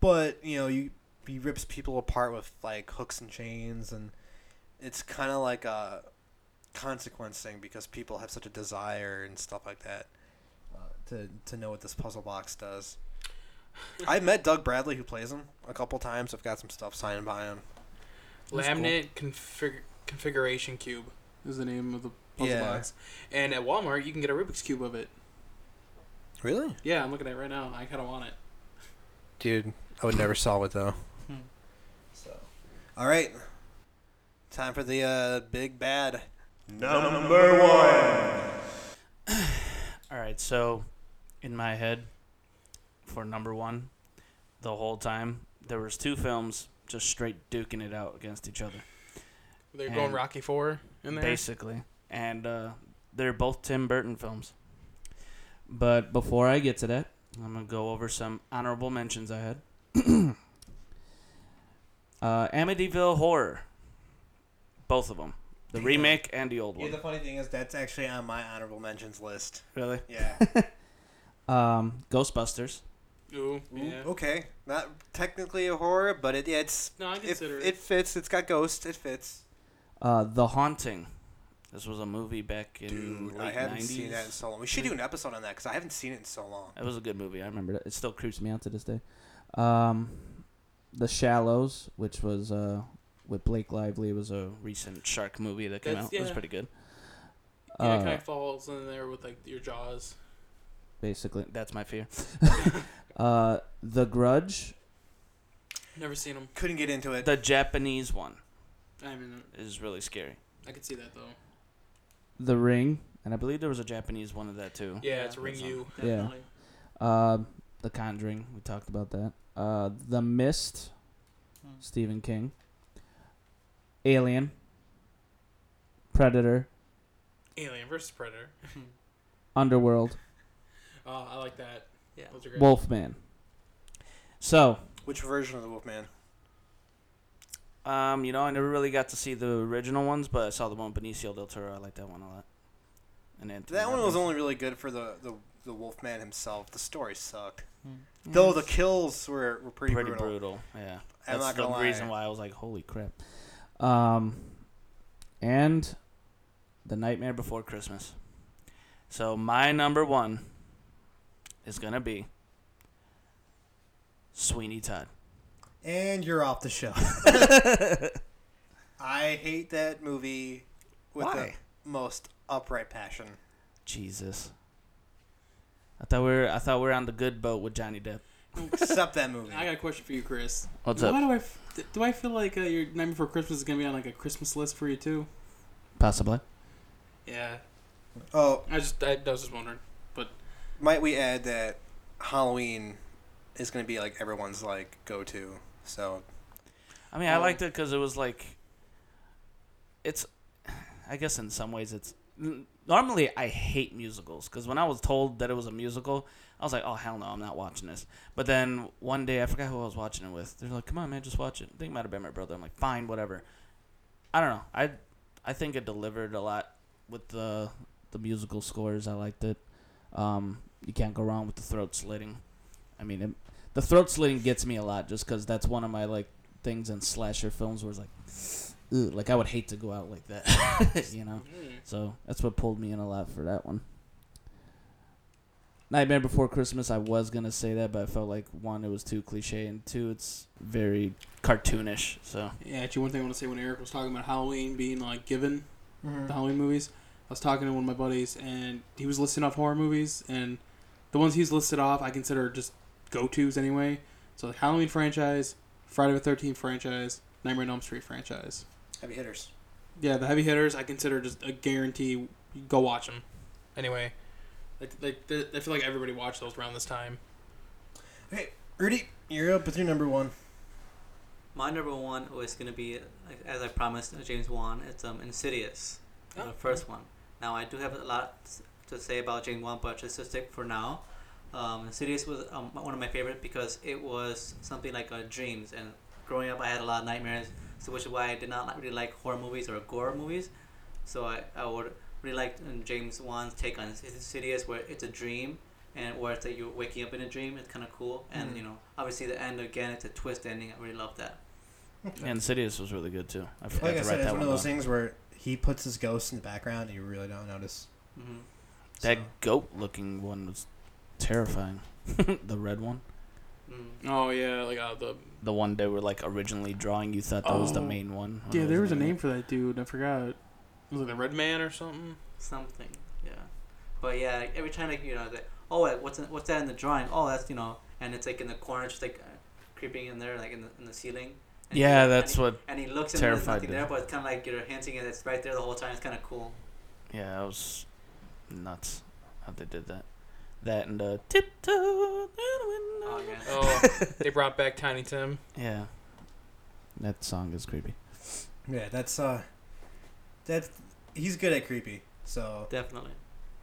Speaker 1: but you know you he rips people apart with like hooks and chains and it's kind of like a consequence thing because people have such a desire and stuff like that uh, to to know what this puzzle box does. I met Doug Bradley who plays him a couple times. I've got some stuff signed by him.
Speaker 3: Laminate config- configuration cube is the name of the puzzle
Speaker 1: Yeah.
Speaker 3: box, and at Walmart you can get a Rubik's cube of it.
Speaker 1: Really,
Speaker 3: Yeah, I'm looking at it right now. I kind of want it.
Speaker 1: dude? I would never solve it though. so, all right, time for the uh, big bad.
Speaker 8: Number one.
Speaker 4: All right, so in my head, for number one, the whole time there was two films just straight duking it out against each other,
Speaker 3: They're
Speaker 4: And
Speaker 3: going Rocky Four in there.
Speaker 4: basically, and uh, they're both Tim Burton films.
Speaker 9: But before I get to that,
Speaker 4: I'm gonna go over some honorable mentions I had. uh, Amityville Horror, both of them, the
Speaker 1: Damn.
Speaker 4: remake and the old
Speaker 1: Yeah,
Speaker 4: one.
Speaker 1: the funny thing is that's actually on my honorable mentions list.
Speaker 4: really?
Speaker 1: Yeah.
Speaker 9: um, Ghostbusters.
Speaker 3: Ooh, yeah.
Speaker 1: Okay. Not technically a horror, but it yeah, it's
Speaker 3: No, I
Speaker 1: it,
Speaker 3: consider it.
Speaker 1: it fits. It's got ghosts. It fits.
Speaker 9: Uh, the
Speaker 4: The Haunting. This was a movie back in
Speaker 1: Dude, I
Speaker 4: late
Speaker 1: haven't
Speaker 4: 90s.
Speaker 1: seen that in so long. We should do an episode on that because I haven't seen it in so long.
Speaker 4: It was a good movie. I
Speaker 9: remember
Speaker 4: remember
Speaker 9: that. It still creeps me out to this day. Um, The Shallows, which was uh, with Blake Lively, was a.
Speaker 4: the recent shark movie that came
Speaker 3: That's-
Speaker 4: out. It was
Speaker 3: yeah.
Speaker 4: pretty good.
Speaker 3: yeah, it
Speaker 9: uh,
Speaker 3: kind of falls in there with like your jaws.
Speaker 9: basically.
Speaker 4: That's my fear.
Speaker 9: Uh, the Grudge.
Speaker 3: Never seen them.
Speaker 1: Couldn't get into it.
Speaker 4: The Japanese one
Speaker 3: I mean,
Speaker 4: is really scary.
Speaker 3: I could see that though.
Speaker 9: The Ring.
Speaker 4: And I believe there was a Japanese one of that too.
Speaker 3: Yeah,
Speaker 5: Yeah,
Speaker 3: it's Ring
Speaker 4: that's on.
Speaker 3: You.
Speaker 9: Yeah.
Speaker 5: Definitely.
Speaker 9: Uh, the Conjuring. We talked about that. Uh, the Mist.
Speaker 5: Hmm.
Speaker 9: Stephen King. Alien. Predator.
Speaker 3: Alien versus Predator.
Speaker 9: Underworld.
Speaker 3: Oh, I like that.
Speaker 5: Yeah.
Speaker 3: Those are great.
Speaker 9: Wolfman. So
Speaker 1: Which version of the Wolfman?
Speaker 4: Um, you know, I never really got to see the original ones, but I saw the one with Benicio del Toro. I like that one a lot. And Anthony
Speaker 1: That one was
Speaker 4: Hopkins.
Speaker 1: only really good for the the, the Wolfman himself. The story sucked.
Speaker 7: Mm.
Speaker 1: Though the kills were, were pretty,
Speaker 4: pretty
Speaker 1: brutal.
Speaker 4: brutal. Yeah,
Speaker 1: I'm
Speaker 4: that's
Speaker 1: not
Speaker 4: the
Speaker 1: gonna lie.
Speaker 4: reason why I was like, "Holy crap!"
Speaker 9: Um, and
Speaker 4: The Nightmare Before Christmas. So my number one is gonna be Sweeney Todd.
Speaker 1: And you're off the show. I hate that movie with
Speaker 4: Why?
Speaker 1: the most upright passion.
Speaker 4: Jesus. I thought we were I thought we were on the good boat with Johnny Depp.
Speaker 1: Except that movie.
Speaker 3: I got a question for you, Chris.
Speaker 4: What's
Speaker 3: Why
Speaker 4: up?
Speaker 3: do I f- do I feel like uh, your Night Before Christmas is gonna be on like a Christmas list for you too?
Speaker 4: Possibly.
Speaker 3: Yeah,
Speaker 1: Oh,
Speaker 3: I just I, I was just wondering.
Speaker 1: might we add that Halloween is going to be like everyone's like go to. So
Speaker 4: I mean, I
Speaker 3: Um,
Speaker 4: liked it because it was like, it's, I guess in some ways it's. n- Normally, I hate musicals because when I was told that it was a musical, I was like, "Oh hell no, I'm not watching this." But then one day, I forgot who I was watching it with. They're like, "Come on, man, just watch it." I think it might have been my brother. I'm like, "Fine, whatever." I don't know. I, I think it delivered a lot with the the musical scores. I liked it. Um, you can't go wrong with the throat slitting. I mean, it, the throat slitting gets me a lot just because that's one of my like things in slasher films where it's like, Ew, like I would hate to go out like that, you know. So that's what pulled me in a lot for that one.
Speaker 9: Nightmare Before Christmas. I was gonna say that, but I felt like one, it was too cliche, and two, it's very
Speaker 4: Cartoonish, so
Speaker 3: Yeah, actually, one thing I want to say when Eric was talking about Halloween being like given the Halloween movies, I was talking to one of my buddies and he was listing off horror movies, and the ones he's listed off I consider just go tos anyway. So like Halloween franchise, Friday the Thirteenth franchise, Nightmare on Elm Street franchise.
Speaker 1: heavy hitters.
Speaker 3: Yeah, the heavy hitters I consider just a guarantee. Go watch them. Anyway, like like th- I feel like everybody watched those around this time.
Speaker 1: Rudy, you're up with your number one.
Speaker 5: My number one was gonna be, like, as I promised, uh, James Wan. It's um Insidious,
Speaker 3: Oh,
Speaker 5: the first one. Now I do have a lot to say about Jane Wan, but just to stick for now. Um, Insidious was um, one of my favorites because it was something like uh, dreams. And growing up, I had a lot of nightmares, so which is why I did not like- really like horror movies or gore movies. So I, I would really like um, James Wan's take on Insidious, where it's a dream and where it's that you're waking up in a dream. It's kind of cool. And,
Speaker 1: Mhm.
Speaker 5: you know, obviously the end again, it's a twist ending. I really love that.
Speaker 7: And Insidious was really good too. I forgot
Speaker 1: Like
Speaker 7: to
Speaker 1: I
Speaker 7: write
Speaker 1: said, it's
Speaker 7: that
Speaker 1: one
Speaker 7: one,
Speaker 1: of those
Speaker 7: down.
Speaker 1: things where he puts his ghost in the background and you really don't notice.
Speaker 5: hmm
Speaker 7: That
Speaker 1: So,
Speaker 7: goat-looking one was terrifying. the red one,
Speaker 5: mm
Speaker 3: Oh yeah, like uh, the
Speaker 7: the one they were like originally drawing. You thought that was the
Speaker 3: Oh.
Speaker 7: main one.
Speaker 3: yeah,
Speaker 7: That
Speaker 3: there was a
Speaker 7: the main
Speaker 3: name for that dude. I forgot. Was it the Red Man or something?
Speaker 5: something. Yeah, but yeah, like, every time like you know, that oh wait, what's in, what's that in the drawing? Oh, that's you know, and it's like in the corner, just like uh, creeping in there, like in the, in the ceiling. And
Speaker 7: Yeah,
Speaker 5: he-
Speaker 7: that's
Speaker 5: and
Speaker 7: what.
Speaker 5: he, And he looks and there's
Speaker 7: terrified
Speaker 5: nothing
Speaker 7: me.
Speaker 5: there, but it's kind of like you're hinting at it's right there the whole time. It's kind of cool.
Speaker 7: Yeah, it was nuts how they did that. That and uh, tiptoe through the window.
Speaker 5: Oh yeah.
Speaker 3: Oh, they brought back Tiny Tim.
Speaker 7: Yeah. That song is creepy.
Speaker 1: yeah, that's uh, that's he's good at creepy. So
Speaker 5: Definitely.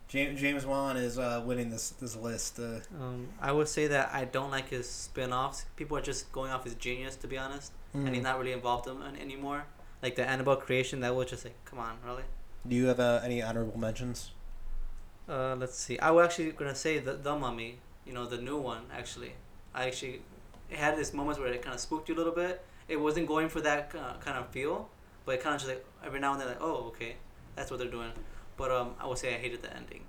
Speaker 1: James James Wan is uh, winning this this list. Uh,
Speaker 5: Um, I would say that I don't like his spin-offs. People are just going off his genius, to be honest,
Speaker 1: Hmm.
Speaker 5: and
Speaker 7: Mm.
Speaker 5: he's not really involved in, in anymore. Like the Annabelle creation, that was just like, come on, really?
Speaker 1: Do you have uh, any honorable mentions?
Speaker 5: Uh, let's see. I was actually gonna say the the mummy. You know, the new one. Actually, I actually it had this moments where it kind of spooked you a little bit. It wasn't going for that uh, kind of feel, but it kind of just like every now and then, like, oh, okay, that's what they're doing. But um, I would say I hated the ending.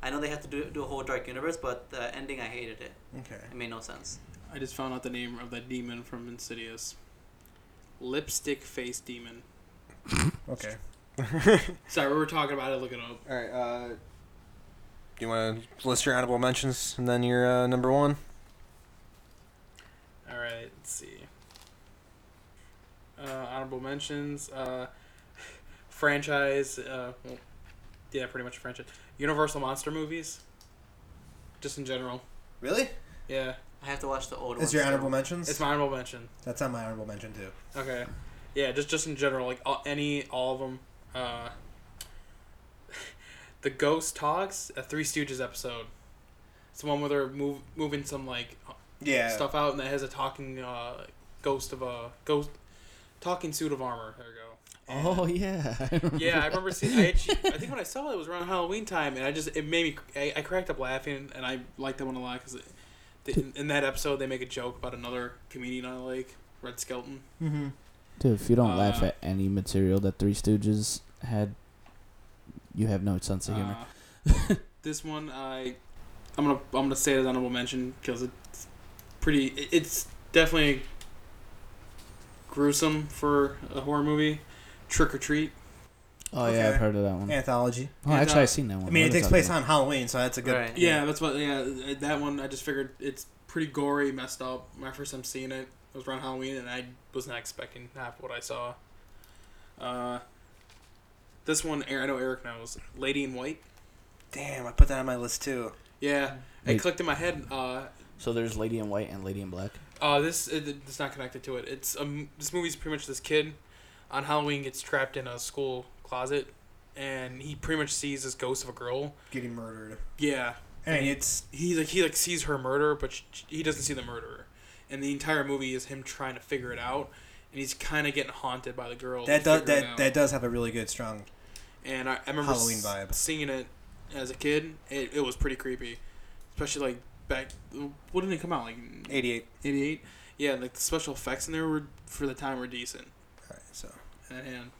Speaker 5: I know they have to do do a whole dark universe, but the ending I hated it.
Speaker 1: Okay.
Speaker 5: It made no sense.
Speaker 3: I just found out the name of that demon from Insidious. Lipstick face demon.
Speaker 1: Okay.
Speaker 3: Sorry, we were talking about it. Look it up.
Speaker 1: All right. Uh, do you want to list your honorable mentions and then your uh, number one?
Speaker 3: All right, let's see. Uh, honorable mentions. Uh, franchise. Uh, well, yeah, pretty much franchise. Universal monster movies. Just in general.
Speaker 1: Really?
Speaker 3: Yeah,
Speaker 5: I have to watch the old.
Speaker 1: Is
Speaker 5: ones
Speaker 1: your
Speaker 5: still.
Speaker 1: honorable mentions?
Speaker 3: it's my honorable mention.
Speaker 1: That's on my honorable mention too.
Speaker 3: Okay. Yeah, just just in general, like all, any all of them. Uh, the ghost talks a Three Stooges episode. It's the one where they're move, moving some like uh,
Speaker 1: Yeah.
Speaker 3: stuff out, and that has a talking uh, ghost of a ghost talking suit of armor. There you go. And-
Speaker 7: Oh yeah.
Speaker 3: yeah, I remember seeing. I, actually, I think when I saw it, it was around Halloween time, and I just it made me. I, I cracked up laughing, and I liked that one a lot because in, in that episode they make a joke about another comedian I like, Red Skelton.
Speaker 1: Mm-hmm.
Speaker 4: Dude, if you don't laugh
Speaker 3: Uh,
Speaker 4: at any material that Three Stooges had, you have no sense of humor.
Speaker 3: Uh, this one, I, I'm gonna I'm gonna say it as honorable mention because it's pretty. it- It's definitely gruesome for a horror movie. Trick or treat.
Speaker 4: oh yeah, I've
Speaker 1: okay.
Speaker 4: heard of that one.
Speaker 1: Anthology.
Speaker 4: Oh,
Speaker 3: Uh, And,
Speaker 4: actually,
Speaker 3: uh,
Speaker 4: I've seen that one.
Speaker 1: I mean,
Speaker 4: What
Speaker 1: it
Speaker 4: is
Speaker 1: takes
Speaker 4: that
Speaker 1: place
Speaker 4: about?
Speaker 1: on Halloween, so that's a good.
Speaker 5: Right.
Speaker 3: Yeah, that's what. Yeah, that one I just figured it's pretty gory, messed up. My first time seeing it was around Halloween, and I was not expecting half what I saw. Uh, this one, Er- I know Eric knows. Lady in White.
Speaker 1: Damn, I put that on my list too.
Speaker 3: Yeah, it
Speaker 7: Wait.
Speaker 3: clicked in my head. Uh,
Speaker 7: So there's Lady in White and Lady in Black.
Speaker 3: Uh, this it, it's not connected to it. It's um, this movie's pretty much this kid on Halloween gets trapped in a school closet, and he pretty much sees this ghost of a girl.
Speaker 1: Getting murdered.
Speaker 3: Yeah,
Speaker 1: And it's
Speaker 3: he like he like sees her murder, but sh he doesn't see the murderer, and the entire movie is him trying to figure it out, and he's kind of getting haunted by the girl. to
Speaker 1: that does
Speaker 3: figure it
Speaker 1: that
Speaker 3: out.
Speaker 1: that does have a really good strong.
Speaker 3: And I, I remember
Speaker 1: Halloween
Speaker 3: s-
Speaker 1: vibe.
Speaker 3: seeing it as a kid. It, it was pretty creepy, especially like back. What did it come out like?
Speaker 1: 88.
Speaker 3: 88 yeah like the special effects in there were for the time were decent
Speaker 1: All right, so
Speaker 3: and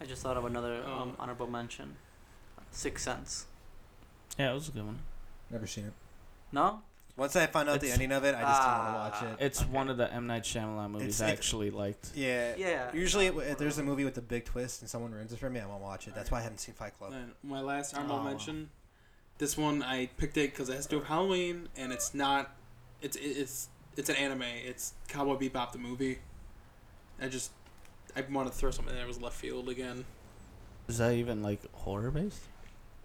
Speaker 5: I just thought of another um,
Speaker 3: Um,
Speaker 5: honorable mention. Six Sense.
Speaker 7: Yeah, it was a good one.
Speaker 1: never seen it.
Speaker 5: No.
Speaker 1: Once I found out the
Speaker 7: It's-
Speaker 1: ending of it, I just didn't want to
Speaker 5: Ah.
Speaker 1: watch it.
Speaker 7: It's one of the M Night Shyamalan movies
Speaker 1: It's-
Speaker 7: I
Speaker 1: it's-
Speaker 7: actually liked.
Speaker 1: Yeah.
Speaker 5: Yeah.
Speaker 1: Usually, it- if there's a movie with a big twist and someone ruins it for me, I won't watch it. That's why I haven't seen Fight Club.
Speaker 3: and my last honorable
Speaker 7: Oh.
Speaker 3: mention this one i picked it because it has to do with halloween and it's not it's it- it's it's an anime it's cowboy bebop the movie i just i want to throw something that was left field again
Speaker 7: Is that even like horror based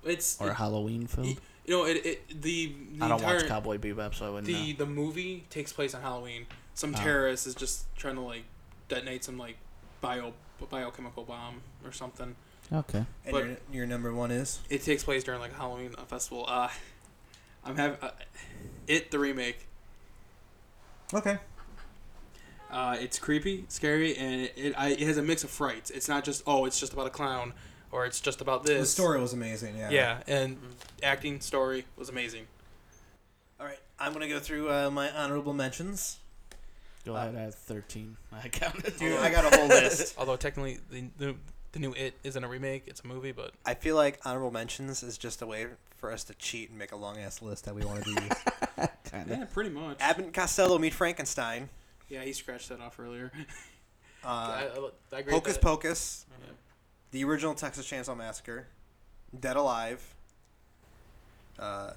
Speaker 3: it's
Speaker 7: or
Speaker 3: it-
Speaker 7: Halloween film?
Speaker 3: you know it, it the, the
Speaker 7: I don't
Speaker 3: entire
Speaker 7: watch Cowboy Bebop, so I wouldn't
Speaker 3: the the movie takes place on halloween some
Speaker 7: Oh.
Speaker 3: terrorist is just trying to like detonate some like bio biochemical bomb or something
Speaker 4: Okay.
Speaker 1: And
Speaker 3: But-
Speaker 1: your, your number one is
Speaker 3: It takes place during like a Halloween uh, festival. Uh, I'm having uh, it the remake.
Speaker 1: okay.
Speaker 3: Uh, it's creepy, scary, and it it, I, it has a mix of frights. It's not just oh, it's just about a clown, or it's just about this.
Speaker 1: The story was amazing. Yeah.
Speaker 3: Yeah, and
Speaker 1: Mm-hmm.
Speaker 3: acting story was amazing.
Speaker 1: All right, I'm gonna go through uh, my honorable mentions.
Speaker 7: Go ahead. I have thirteen. I counted.
Speaker 1: Dude, I got a whole list.
Speaker 3: Although technically the, the the new It isn't a remake; it's a movie, but
Speaker 1: I feel like honorable mentions is just a way for us to cheat and make a long ass list that we wanted to use.
Speaker 3: yeah, pretty much.
Speaker 1: Abbott and Costello meet Frankenstein.
Speaker 3: yeah, he scratched that off earlier.
Speaker 1: Uh,
Speaker 3: I, I, I agree
Speaker 1: Hocus
Speaker 3: that-
Speaker 1: Pocus.
Speaker 3: Yeah.
Speaker 1: The original Texas Chainsaw Massacre. Dead Alive. Uh,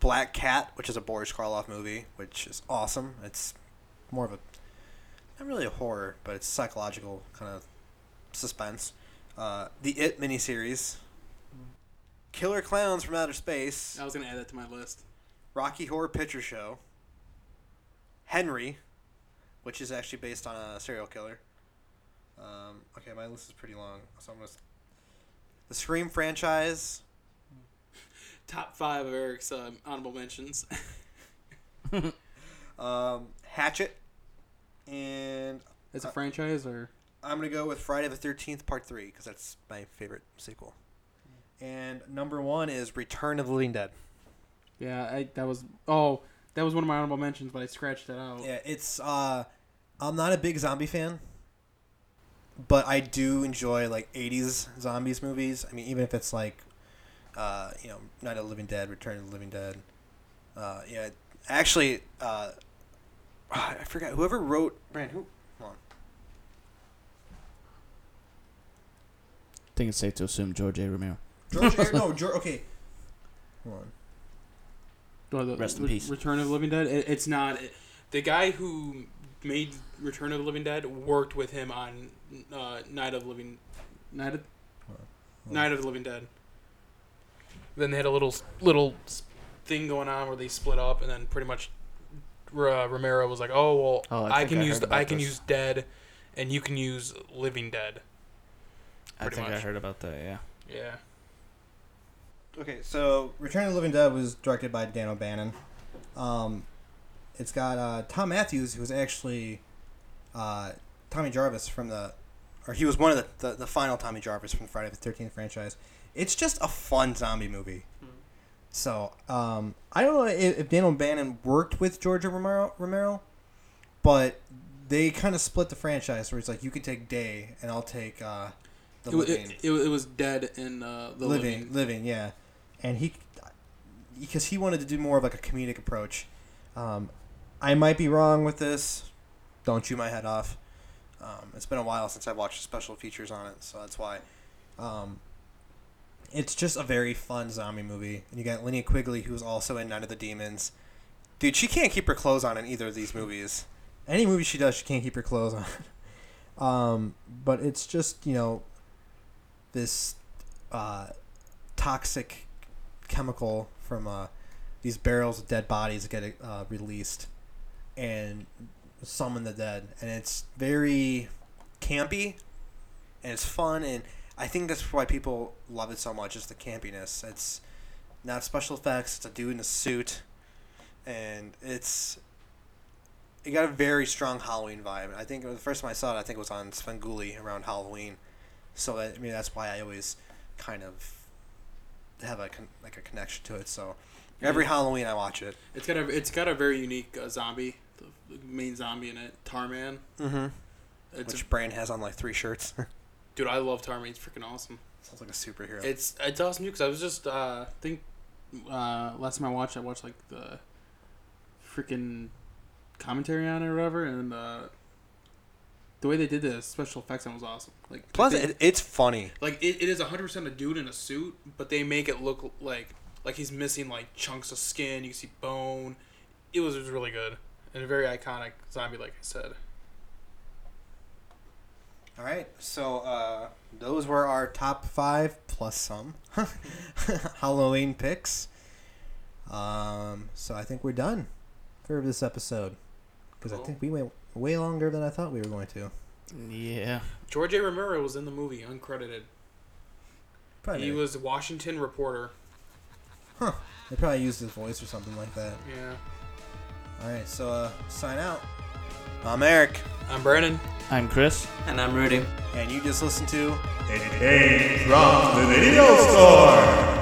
Speaker 1: Black Cat, which is a Boris Karloff movie, which is awesome. It's more of a not really a horror, but it's psychological kind of suspense. Uh, the It miniseries. Killer Clowns from Outer Space.
Speaker 3: I was gonna add that to my list.
Speaker 1: Rocky Horror Picture Show, Henry, which is actually based on a serial killer. Um, okay, my list is pretty long, so I'm gonna. s- The Scream franchise,
Speaker 3: Top five of Eric's um, honorable mentions.
Speaker 1: um, Hatchet, and
Speaker 3: As
Speaker 1: a
Speaker 3: a franchise, or
Speaker 1: I'm gonna go with Friday the Thirteenth Part Three because that's my favorite sequel. And number one is Return of the Living Dead.
Speaker 3: yeah, I, that was oh, that was one of my honorable mentions, but I scratched that out.
Speaker 1: Yeah, it's uh I'm not a big zombie fan, but I do enjoy like 80s zombies movies. I mean, even if it's like uh, you know, Night of the Living Dead, Return of the Living Dead. Uh, yeah, actually uh I forgot whoever wrote Brand who hold on.
Speaker 4: think it's safe to assume George A. Romero.
Speaker 1: George A- no, George okay. Hold on.
Speaker 3: Or the-
Speaker 7: Rest in
Speaker 3: Re-
Speaker 7: peace.
Speaker 3: Return of the Living Dead. It, it's not. It, the guy who made Return of the Living Dead worked with him on uh, Night of the Living Night of, Night of the Living Dead. Then they had a little s- little s- thing going on where they split up, and then pretty much uh, Romero was like, "Oh well,
Speaker 7: Oh, I
Speaker 3: I,
Speaker 7: think
Speaker 3: can
Speaker 7: I
Speaker 3: use
Speaker 7: heard
Speaker 3: the, I
Speaker 7: about
Speaker 3: can
Speaker 7: this.
Speaker 3: use Dead, and you can use Living Dead."
Speaker 7: I
Speaker 3: Pretty
Speaker 7: think I
Speaker 3: much.
Speaker 7: heard about that. Yeah.
Speaker 3: Yeah.
Speaker 1: Okay, so Return of the Living Dead was directed by Dan O'Bannon. Um, it's got uh, Tom Matthews, who was actually uh, Tommy Jarvis from the, or he was one of the, the, the final Tommy Jarvis from Friday the Thirteenth franchise. It's just a fun zombie movie. So um, I don't know if, if Dan O'Bannon worked with Georgia Romero, Romero, but they kind of split the franchise where it's like you can take Day and I'll take uh, the
Speaker 3: It, wa-
Speaker 1: Living.
Speaker 3: it, it, wa- it was Dead and uh, the
Speaker 1: living,
Speaker 3: Living.
Speaker 1: living, yeah. And he, because he wanted to do more of like a comedic approach. Um, I might be wrong with this. Don't chew my head off. Um, it's been a while since I've watched special features on it, so that's why. Um, it's just a very fun zombie movie, and you got Linnea Quigley, who's also in Night of the Demons. Dude, she can't keep her clothes on in either of these movies. Any movie she does, she can't keep her clothes on. Um, but it's just you know this uh, toxic chemical from uh, these barrels of dead bodies get uh, released and summon the dead. And it's very campy and it's fun. And I think that's why people love it so much is the campiness. It's not special effects, it's a dude in a suit. And it's. It got a very strong Halloween vibe. I think the first time I saw it, I think it was on Svengoolie around Halloween. So that, I mean, that's why I always kind of have a con- like a connection to it. So every Halloween I watch it.
Speaker 3: It's got a it's got a very unique uh, zombie, the main zombie in it, Tarman.
Speaker 1: Mm-hmm.
Speaker 3: It's
Speaker 1: Which Brand has on like three shirts.
Speaker 3: Dude, I love Tarman. It's freaking awesome.
Speaker 1: Sounds like a superhero.
Speaker 3: It's it's awesome because I was just uh think uh last time I watched I watched like the freaking commentary on it or whatever and uh the way they did the special effects on it was awesome. Like
Speaker 1: Plus,
Speaker 3: they-
Speaker 1: it, it's funny.
Speaker 3: like it, it is 100% a dude in a suit, but they make it look like like he's missing like chunks of skin, you can see bone. It was, it was really good and a very iconic zombie like I said.
Speaker 1: All right, so uh, those were our top five plus some Halloween picks. Um, so I think we're done for this episode because I
Speaker 3: Cool.
Speaker 1: think we went way longer than I thought we were going to.
Speaker 7: Yeah.
Speaker 3: George A. Romero was in the movie, uncredited.
Speaker 1: Probably
Speaker 3: He
Speaker 1: not.
Speaker 3: was a Washington reporter.
Speaker 1: They probably used his voice or something like that.
Speaker 3: Yeah.
Speaker 1: All right, so uh, sign out. I'm Eric,
Speaker 3: I'm Brandon.
Speaker 7: I'm Chris.
Speaker 5: And I'm Rudy.
Speaker 1: and you just listened to
Speaker 2: It came from the video store.